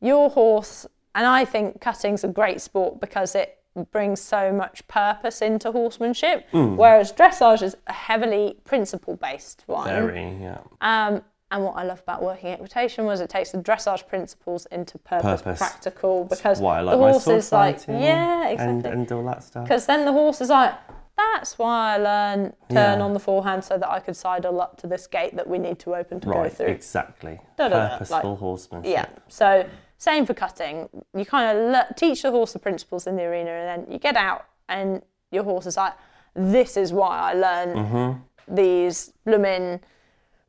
B: your horse, and I think cutting's a great sport because it brings so much purpose into horsemanship,
C: Hmm.
B: whereas dressage is a heavily principle based one.
C: Very. Yeah.
B: Um, and what I love about working equitation was it takes the dressage principles into purpose,
C: Purpose.
B: practical because
C: Why I like
B: the
C: my
B: horse
C: sword
B: is like,
C: fighting
B: yeah, exactly.
C: And, and all that stuff.
B: Because then the horse is like, that's why I learned turn
C: Yeah.
B: on the forehand so that I could sidle up to this gate that we need to open to go
C: Right.
B: through.
C: Exactly.
B: Da, da, da,
C: Purposeful
B: like-
C: horsemanship.
B: yeah. So same for cutting. You kind of le- teach the horse the principles in the arena, and then you get out, and your horse is like, this is why I learned
C: Mm-hmm.
B: these bloomin'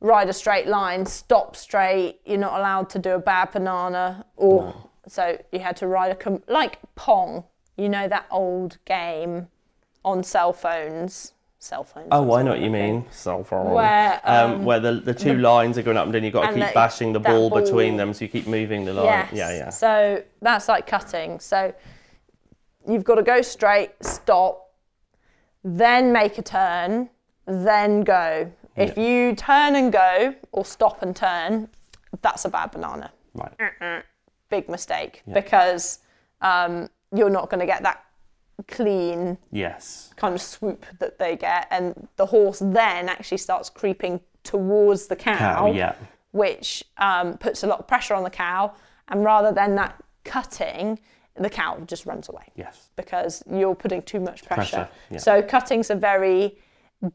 B: ride a straight line, stop straight. You're not allowed to do a bad banana, or so you had to ride a com- like pong. You know that old game on cell phones cell phones.
C: Oh, I
B: that's
C: know
B: all
C: what you
B: I think.
C: mean. Cell phone.
B: Where,
C: um, where the, the two lines are going up and then you've got to
B: and
C: keep
B: that-
C: bashing the
B: that
C: ball,
B: ball.
C: between them, so you keep moving the line.
B: Yes.
C: Yeah, yeah.
B: So that's like cutting. So you've got to go straight, stop, then make a turn, then go. If you turn and go or stop and turn, that's a bad banana.
C: Right.
B: uh, Big mistake because um, you're not going to get that clean
C: Yes.
B: kind of swoop that they get. And the horse then actually starts creeping towards the cow
C: Cow, yeah.
B: which um, puts a lot of pressure on the cow. And rather than that cutting, the cow just runs away
C: Yes.
B: because you're putting too much pressure.
C: Pressure, yeah.
B: So cutting's a very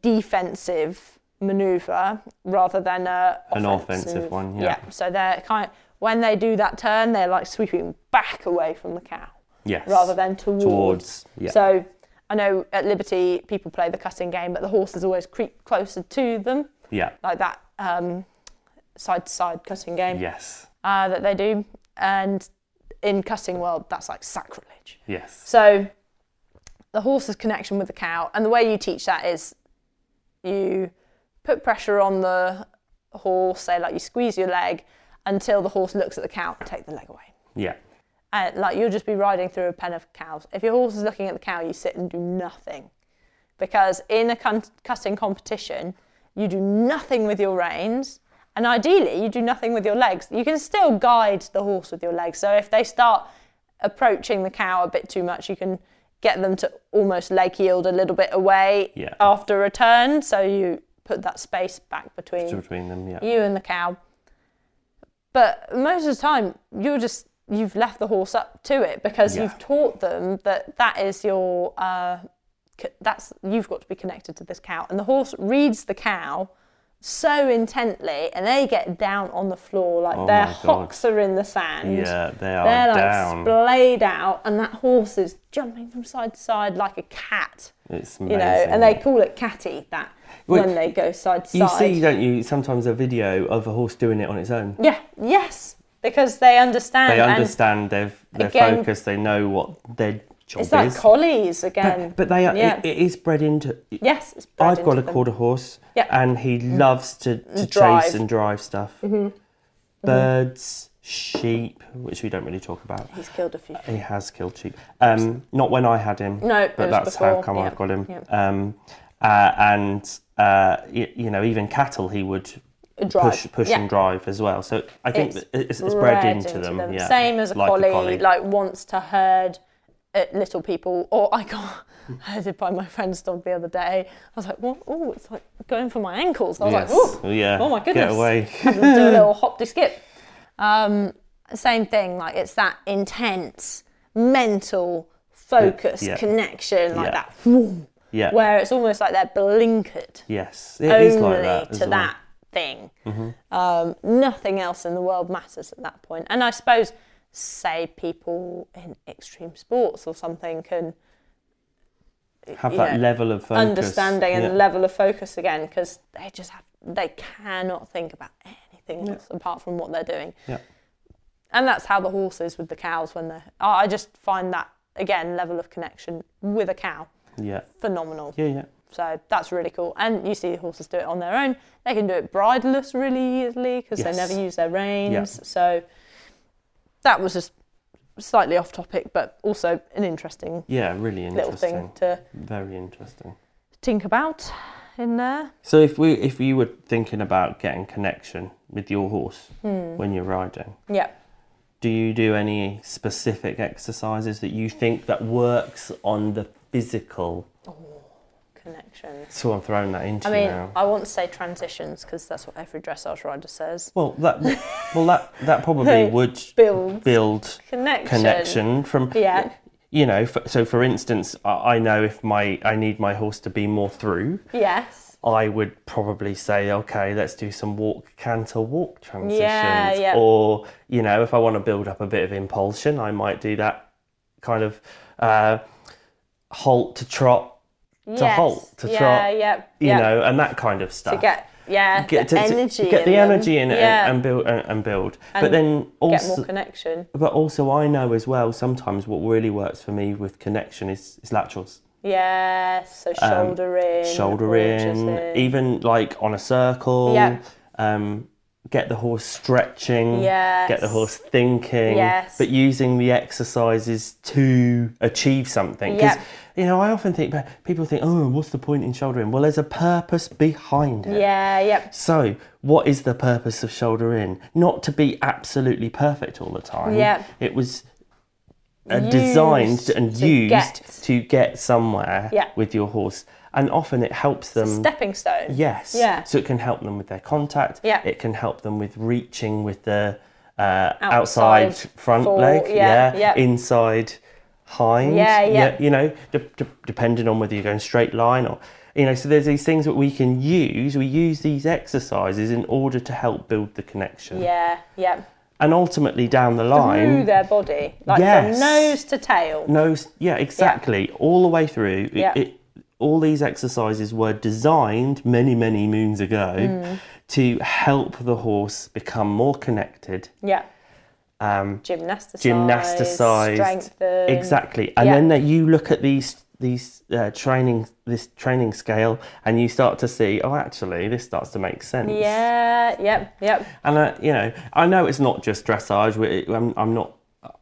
B: defensive maneuver rather than a
C: An offensive one, yeah.
B: So they're kind of, when they do that turn, they're like sweeping back away from the cow
C: Yes.
B: rather than towards.
C: towards. Yeah.
B: So I know at Liberty people play the cutting game, but the horses always creep closer to them
C: yeah.
B: like that um, side to side cutting game
C: Yes.
B: uh, that they do. And in cutting world, that's like sacrilege.
C: Yes.
B: So the horse's connection with the cow, and the way you teach that is you put pressure on the horse, say like you squeeze your leg until the horse looks at the cow and take the leg away.
C: Yeah.
B: And Uh, like you'll just be riding through a pen of cows. If your horse is looking at the cow, you sit and do nothing. Because in a cun- cutting competition, you do nothing with your reins, and ideally, you do nothing with your legs. You can still guide the horse with your legs. So if they start approaching the cow a bit too much, you can get them to almost leg yield a little bit away
C: Yeah.
B: after a turn. So you put that space back between
C: Between them. Yeah.
B: you and the cow. But most of the time, you're just you've left the horse up to it because
C: Yeah.
B: you've taught them that that is your uh, c- that's you've got to be connected to this cow, and the horse reads the cow so intently, and they get down on the floor like
C: Oh
B: their
C: my God.
B: hocks are in the sand.
C: Yeah. They are
B: They're like
C: down.
B: splayed out, and that horse is jumping from side to side like a cat,
C: it's amazing.
B: you know. And they call it catty that
C: Well,
B: when they go side to
C: You
B: side.
C: see, don't you? Sometimes a video of a horse doing it on its own.
B: Yeah, yes, because they understand.
C: They
B: and
C: understand. They've they're
B: again-
C: focused. They know what their job
B: It's like
C: is.
B: collies again.
C: but they are.
B: Yeah.
C: It, it is bred into.
B: yes, it's bred
C: I've got
B: into
C: a
B: them.
C: quarter horse,
B: Yeah. Mm.
C: and he loves to, to chase
B: Drive. Mm-hmm.
C: and drive stuff. Birds, sheep, which we don't really talk about.
B: He's killed a few.
C: He has killed sheep. Um, not when I had him.
B: No, it
C: but
B: was
C: that's how
B: before,
C: come
B: yeah,
C: I've got him.
B: yeah.
C: Um, uh, and uh, y- you know, even cattle, he would
B: A drive.
C: push, push
B: Yeah.
C: and drive as well. So I think
B: It's
C: that it's, it's bred
B: bred
C: into, them. Yeah,
B: Same as a
C: like
B: collie, like wants to herd at little people. Or I got herded by my friend's dog the other day. I was like, what? Oh, it's like going for my ankles. I was
C: yes.
B: like, oh,
C: yeah.
B: oh my
C: Get
B: goodness.
C: away.
B: had to do a little hop to skip. Um, same thing, like it's that intense mental focus,
C: Yeah.
B: connection, like
C: Yeah.
B: that, whoom,
C: Yeah.
B: where it's almost like they're blinkered
C: yes. It Mm-hmm.
B: only
C: is like that.
B: to
C: as well.
B: that thing. Um, nothing else in the world matters at that point. And I suppose, say, people in extreme sports or something can
C: Have
B: you
C: that
B: know,
C: level of focus.
B: understanding and
C: yeah.
B: level of focus again because they just have they cannot think about anything else apart from what they're doing
C: Yeah.
B: and that's how the horse is with the cows when they're i I just find that again level of connection with a cow
C: Yeah.
B: phenomenal
C: Yeah. Yeah.
B: so that's really cool and you see the horses do it on their own they can do it bridleless really easily because
C: Yes.
B: they never use their reins so that was just slightly off topic but also an interesting
C: Yeah. Really
B: little
C: interesting.
B: thing to
C: Very interesting.
B: think about in there
C: So if we if you were thinking about getting connection with your horse
B: Hmm.
C: when you're riding,
B: yeah
C: do you do any specific exercises that you think that works on the physical?
B: connections
C: So I'm throwing that into
B: I mean,
C: you now.
B: I want to say transitions because that's what every dressage rider says.
C: Well, that well that that probably
B: Hey,
C: would
B: Build
C: build
B: connection.
C: connection from
B: Yeah.
C: you know. f so for instance, I, I know if my I need my horse to be more through,
B: Yes.
C: I would probably say, okay, let's do some walk canter walk transitions.
B: yeah.
C: Or, you know, if I want to build up a bit of impulsion, I might do that kind of uh, halt to trot, to
B: yes.
C: halt, to
B: yeah,
C: trot,
B: Yeah.
C: you
B: yeah.
C: know, and that kind of stuff.
B: To get yeah
C: Get-
B: the
C: to- to-
B: energy.
C: get
B: in
C: the
B: them.
C: energy in it
B: Yeah.
C: and, and build and, and build. but
B: And
C: then
B: get
C: also
B: more connection.
C: but also I know as well sometimes what really works for me with connection is, is laterals.
B: Yes, so shoulder in.
C: shoulder
B: haunches
C: in, Um, even like on a circle.
B: Yeah.
C: Um, get the horse stretching. Get the
B: Yes.
C: horse thinking.
B: Yes.
C: But using the exercises to achieve something. Because
B: Yeah.
C: you know, I often think but people think, oh, what's the point in shoulder in? Well, there's a purpose behind it.
B: Yeah, yep.
C: So, what is the purpose of shoulder in? Not to be absolutely perfect all the time.
B: Yeah.
C: It was uh, designed
B: Used
C: and
B: to
C: used
B: get.
C: to get somewhere
B: Yeah.
C: with your horse. And often it helps them.
B: Stepping stone.
C: Yes.
B: Yeah.
C: So it can help them with their contact.
B: Yeah.
C: It can help them with reaching with the uh, outside,
B: Outside
C: front
B: fore-
C: leg.
B: yeah, yeah.
C: Inside hind.
B: Yeah, yeah.
C: You know, de- de- depending on whether you're going straight line or, you know, so there's these things that we can use. We use these exercises in order to help build the connection.
B: Yeah, yep.
C: And ultimately down the
B: Through
C: line,
B: their body, like
C: Yes.
B: from nose to tail.
C: nose. Yeah, exactly. All the way through. It-
B: Yeah.
C: it- all these exercises were designed many, many moons ago
B: Mm.
C: to help the horse become more connected,
B: Yeah.
C: um,
B: Gymnasticized.
C: gymnasticized,
B: Strengthened.
C: exactly. And
B: Yeah.
C: then that you look at these these uh, training this training scale, and you start to see, oh, actually, this starts to make sense.
B: Yeah, yep, yep.
C: And uh, you know, I know it's not just dressage. we- I'm, I'm not.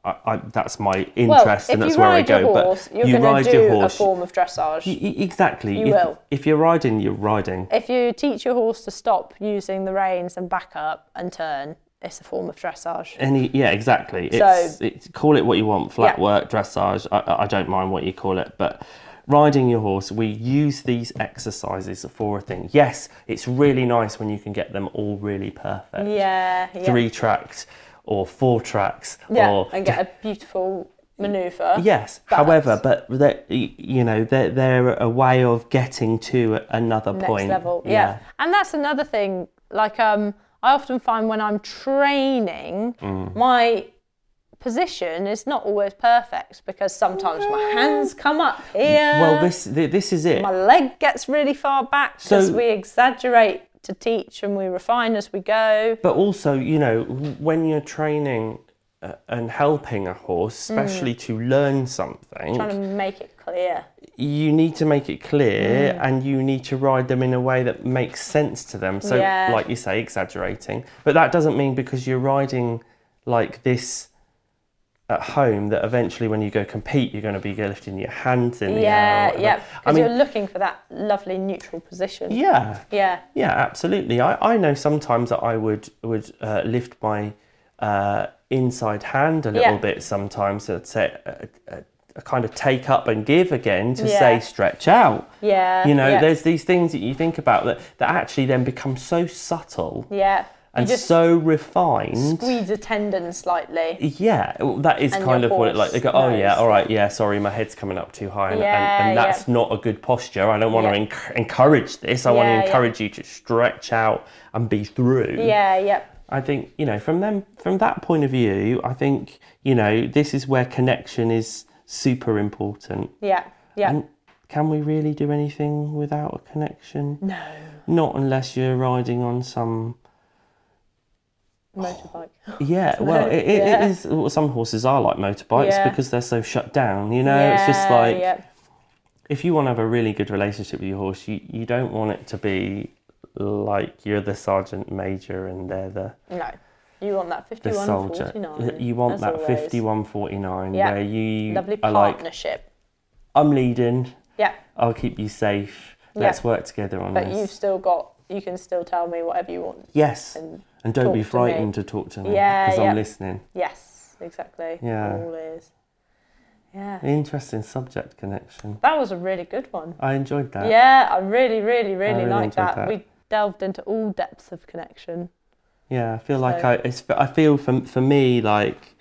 C: I, I, that's my interest,
B: Well, if
C: and that's
B: you
C: where I
B: ride
C: go.
B: your horse,
C: but
B: you're
C: you
B: going
C: ride
B: to do
C: your horse.
B: a form of dressage.
C: E- e- Exactly.
B: You
C: if,
B: will.
C: If you're riding, you're riding.
B: if you teach your horse to stop using the reins and back up and turn, it's a form of dressage.
C: Any, yeah, exactly. It's, it's call it what you want. Flat
B: Yeah.
C: work, dressage. I- I, I don't mind what you call it, but riding your horse, we use these exercises for a thing. Yes, it's really nice when you can get them all really perfect.
B: Yeah, yeah.
C: Three tracks or four tracks
B: yeah,
C: or
B: and get a beautiful maneuver.
C: Yes.
B: But-
C: However, but they're- y- you know they're they're a way of getting to a- another
B: next
C: point.
B: level. Yeah. and that's another thing. Like, um, I often find when I'm training,
C: Mm.
B: my position is not always perfect because sometimes my hands come up here.
C: Mm. Well, this th- this is it.
B: my leg gets really far back because
C: So-
B: we exaggerate to teach and we refine as we go.
C: But also, you know, when you're training uh, and helping a horse,
B: Mm.
C: especially to learn something,
B: Trying to make it clear.
C: you need to make it clear
B: Mm.
C: and you need to ride them in a way that makes sense to them. So,
B: Yeah.
C: like you say, exaggerating. But that doesn't mean because you're riding like this at home that eventually when you go compete, you're going to be lifting your hands in the air. or
B: Yeah,
C: whatever.
B: yeah.
C: I
B: Because
C: mean,
B: you're looking for that lovely neutral position.
C: yeah.
B: Yeah.
C: Yeah, absolutely. I, I know sometimes that I would would uh, lift my uh, inside hand a little
B: Yeah.
C: bit sometimes to say, uh, uh, uh, kind of take up and give again to
B: Yeah.
C: say stretch out.
B: Yeah.
C: You know,
B: yeah.
C: there's these things that you think about that, that actually then become so subtle
B: Yeah.
C: and
B: you just
C: so refined.
B: squeeze a tendon slightly.
C: Yeah, well, that is
B: And
C: kind
B: your
C: of what it like. They go, oh yeah,
B: horse
C: all right, yeah. Sorry, my head's coming up too high, and,
B: Yeah,
C: and, and that's
B: yeah.
C: not a good posture. I don't want
B: Yeah.
C: to enc- encourage this. I want
B: Yeah, yeah.
C: to encourage you to stretch out and be through.
B: Yeah, yeah.
C: I think you know from them from that point of view, I think you know this is where connection is super important.
B: Yeah. Yeah.
C: And can we really do anything without a connection?
B: no.
C: Not unless you're riding on some
B: Motorbike.
C: Yeah, well, it, it,
B: Yeah.
C: it is. Well, some horses are like motorbikes
B: Yeah.
C: because they're so shut down. You know,
B: yeah,
C: it's just like
B: Yeah.
C: if you want to have a really good relationship with your horse, you, you don't want it to be like you're the sergeant major and they're the,
B: No. You want that
C: the
B: 51
C: soldier.
B: 49.
C: You want
B: as
C: that
B: always.
C: fifty-one forty-nine
B: Yeah.
C: where you
B: Lovely
C: are like,
B: partnership.
C: I'm leading,
B: yeah.
C: I'll keep you safe.
B: Yeah.
C: Let's work together on
B: But you've
C: this.
B: still got, you can still tell me whatever you want.
C: yes, and,
B: and
C: don't be
B: talk to me.
C: frightened to talk to me because
B: Yeah, yeah.
C: I'm listening.
B: Yes, exactly.
C: Yeah.
B: Always. Yeah.
C: Interesting subject connection.
B: That was a really good one.
C: I enjoyed that.
B: Yeah, I really, really, really,
C: really
B: liked
C: enjoyed
B: that.
C: that.
B: We delved into all depths of connection.
C: Yeah, I feel like
B: So-
C: I it's I feel for for me like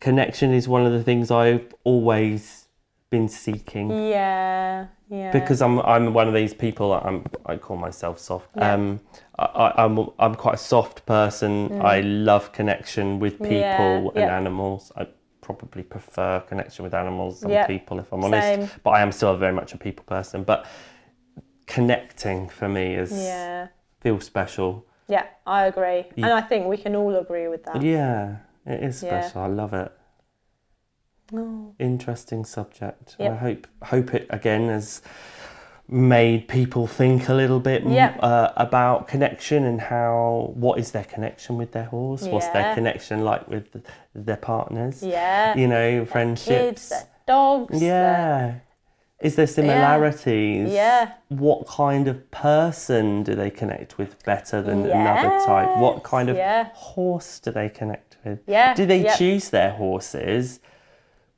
C: connection is one of the things I've always been seeking
B: Yeah, Mm, yeah.
C: Mm. because I'm I'm one of these people that I'm I call myself soft.
B: Yeah.
C: Um, I, I, I'm I'm quite a soft person. I love connection with people
B: Mm. Yeah,
C: and
B: yeah.
C: animals. I probably prefer connection with animals than
B: Yeah,
C: people if I'm honest.
B: same.
C: But I am still very much a people person. But connecting for me is
B: yeah,
C: feel special.
B: yeah, I agree. And I think we can all agree with that.
C: Yeah, it is
B: Yeah.
C: special. I love it. Interesting subject. And I
B: Yep.
C: hope hope it again has made people think a little bit m-
B: Yep.
C: uh, about connection and how what is their connection with their horse? What's their
B: Yeah.
C: connection like with th- their partners?
B: Yeah.
C: You know, friendships.
B: Kids, their dogs. their-
C: yeah. Is there similarities?
B: Yeah.
C: What kind of person do they connect with better than another type? What kind of
B: Yes, yeah.
C: horse do they connect with?
B: Yeah,
C: Do they
B: yep.
C: choose their horses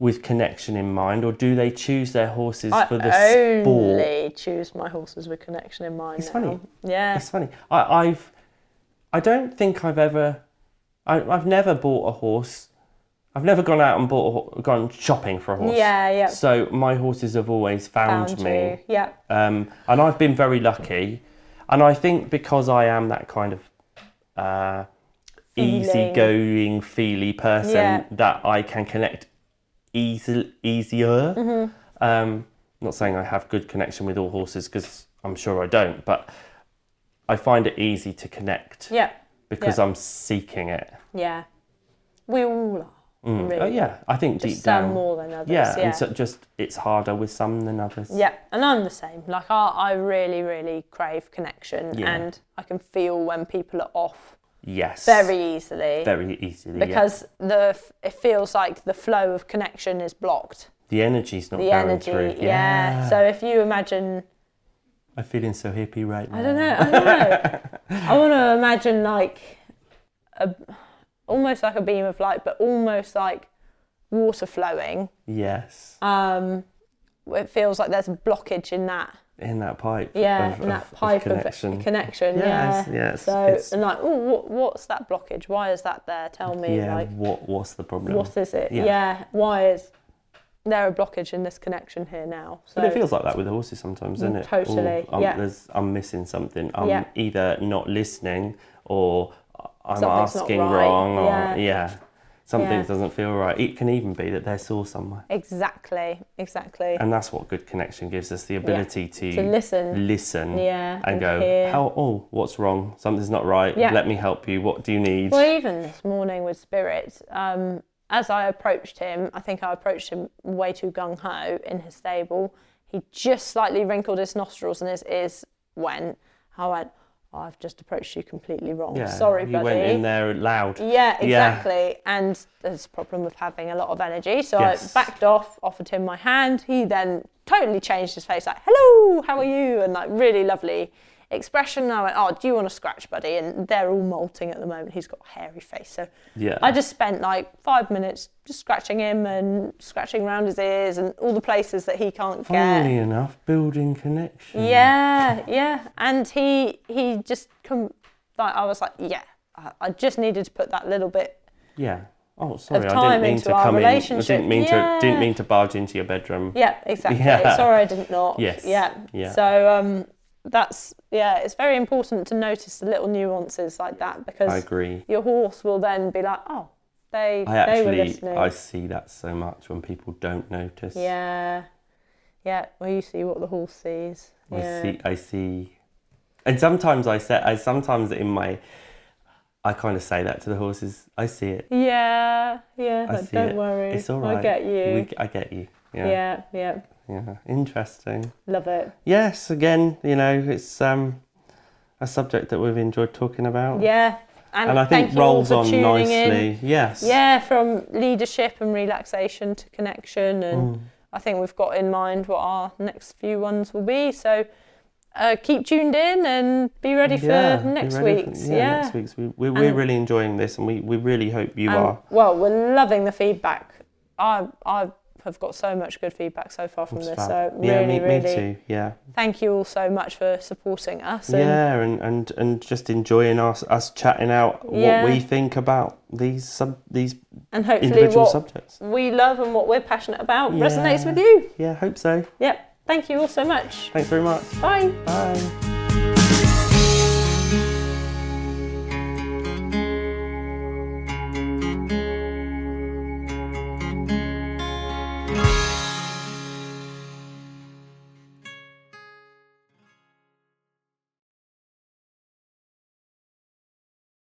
C: with connection in mind, or do they choose their horses
B: I
C: for the sport?
B: only choose my horses with connection in mind.
C: It's
B: now.
C: funny.
B: Yeah.
C: It's funny. I, I've, I don't think I've ever, I, I've never bought a horse. I've never gone out and bought, a, ho- gone shopping for a horse.
B: Yeah, yeah.
C: So my horses have always found,
B: Found
C: me.
B: you. Yeah.
C: Um, and I've been very lucky. And I think because I am that kind of uh, easygoing, feely person,
B: Yeah.
C: that I can connect easy, easier.
B: Mm-hmm.
C: Um, not saying I have good connection with all horses because I'm sure I don't, but I find it easy to connect
B: Yeah.
C: because
B: yeah.
C: I'm seeking it.
B: Yeah. We all are. Really.
C: Oh yeah, I think
B: Just
C: deep
B: some
C: down,
B: more than others.
C: yeah,
B: Yeah.
C: and so just it's harder with some than others.
B: Yeah, and I'm the same. Like I, I really, really crave connection,
C: Yeah.
B: and I can feel when people are off
C: Yes,
B: very easily
C: very easily. yeah.
B: because the f- it feels like the flow of connection is blocked.
C: The energy's not
B: The
C: going
B: energy,
C: through.
B: yeah. So if you imagine,
C: I'm feeling so hippie right now.
B: I don't know, I don't know. I want to imagine like a almost like a beam of light, but almost like water flowing.
C: Yes,
B: Um, it feels like there's a blockage in that
C: in that pipe.
B: Yeah,
C: of,
B: and that
C: of- of
B: pipe of
C: connection.
B: connection. connection
C: Yes,
B: yeah.
C: yes,
B: So
C: it's-
B: and like, oh, what, what's that blockage? Why is that there? Tell me,
C: yeah,
B: like,
C: what what's the problem?
B: what is it?
C: yeah.
B: Yeah. Why is there a blockage in this connection here now? So
C: but it feels like that with the horses sometimes, doesn't it? Oh,
B: totally,
C: I'm,
B: yeah.
C: there's, I'm missing something. I'm
B: Yeah.
C: either not listening or I'm
B: Something's not
C: asking
B: right,
C: wrong or
B: yeah.
C: something
B: Yeah.
C: doesn't feel right. It can even be that they're sore somewhere,
B: exactly, exactly.
C: and that's what good connection gives us the ability to,
B: To listen.
C: listen,
B: Yeah,
C: and
B: and
C: go,
B: hear.
C: how? Oh, what's wrong? Something's not right.
B: Yeah.
C: Let me help you. What do you need?
B: Well, even this morning with Spirit, um, as I approached him, I think I approached him way too gung ho in his stable. He just slightly wrinkled his nostrils and his ears went. I went, "Oh, I've just approached you completely wrong.
C: Yeah,
B: Sorry,
C: you
B: buddy.
C: went in there loud.
B: Yeah,
C: Yeah.
B: exactly. And there's a problem with having a lot of energy. So
C: Yes.
B: I backed off, offered him my hand. He then totally changed his face, like, hello, how are you? And like, really lovely expression. And I went, oh, do you want a scratch, buddy? And they're all molting at the moment. He's got a hairy face. So
C: Yeah.
B: I just spent like five minutes just scratching him and scratching around his ears and all the places that he can't get.
C: Funnily enough, building connection.
B: Yeah, yeah. And he he just com- like I was like, yeah, I, I just needed to put that little bit
C: Yeah. Oh, sorry,
B: Mm.
C: I
B: time
C: didn't mean
B: into
C: to
B: our
C: come in. I
B: relationship.
C: didn't mean to didn't
B: Yeah.
C: mean to barge into your bedroom.
B: Yeah, exactly.
C: Yeah.
B: Sorry, I didn't knock.
C: Yes.
B: Yeah.
C: Yeah.
B: So um, that's yeah. It's very important to notice the little nuances like that because
C: I agree.
B: your horse will then be like, oh, they
C: I
B: they were
C: actually
B: listening.
C: I see that so much when people don't notice.
B: Yeah. Yeah. Well, you see what the horse sees.
C: I
B: yeah.
C: see I see and sometimes I say I sometimes in my I kind of say that to the horses. I see it.
B: Yeah. Yeah.
C: I
B: like,
C: see
B: don't
C: it.
B: worry.
C: It's all right.
B: I get you.
C: We- I get you. Yeah. Yeah.
B: yeah. Yeah.
C: Interesting.
B: Love it.
C: Yes, again, you know, it's um a subject that we've enjoyed talking about.
B: Yeah. And,
C: And I think
B: thank you all
C: rolls
B: for
C: on
B: tuning in.
C: nicely. Yes.
B: Yeah, from leadership and relaxation to connection, and
C: Mm.
B: I think we've got in mind what our next few ones will be. So uh, keep tuned in and be ready for
C: be
B: next
C: ready for-
B: week's.
C: yeah,
B: yeah,
C: next week's. We, we, we're
B: And-
C: really enjoying this, and we, we really hope you
B: And,
C: are.
B: well, we're loving the feedback. I I have got so much good feedback so far from
C: It's
B: this.
C: fab.
B: So
C: yeah,
B: really,
C: me,
B: really,
C: me too. Yeah,
B: thank you all so much for supporting us. And
C: yeah, and, and, and just enjoying us us chatting out
B: Yeah.
C: what we think about these sub these
B: and hopefully
C: individual
B: what
C: subjects.
B: we love and what we're passionate about resonates
C: Yeah.
B: with you.
C: Yeah, hope so.
B: Yep. Thank you all so much.
C: Thanks very much.
B: Bye.
C: Bye.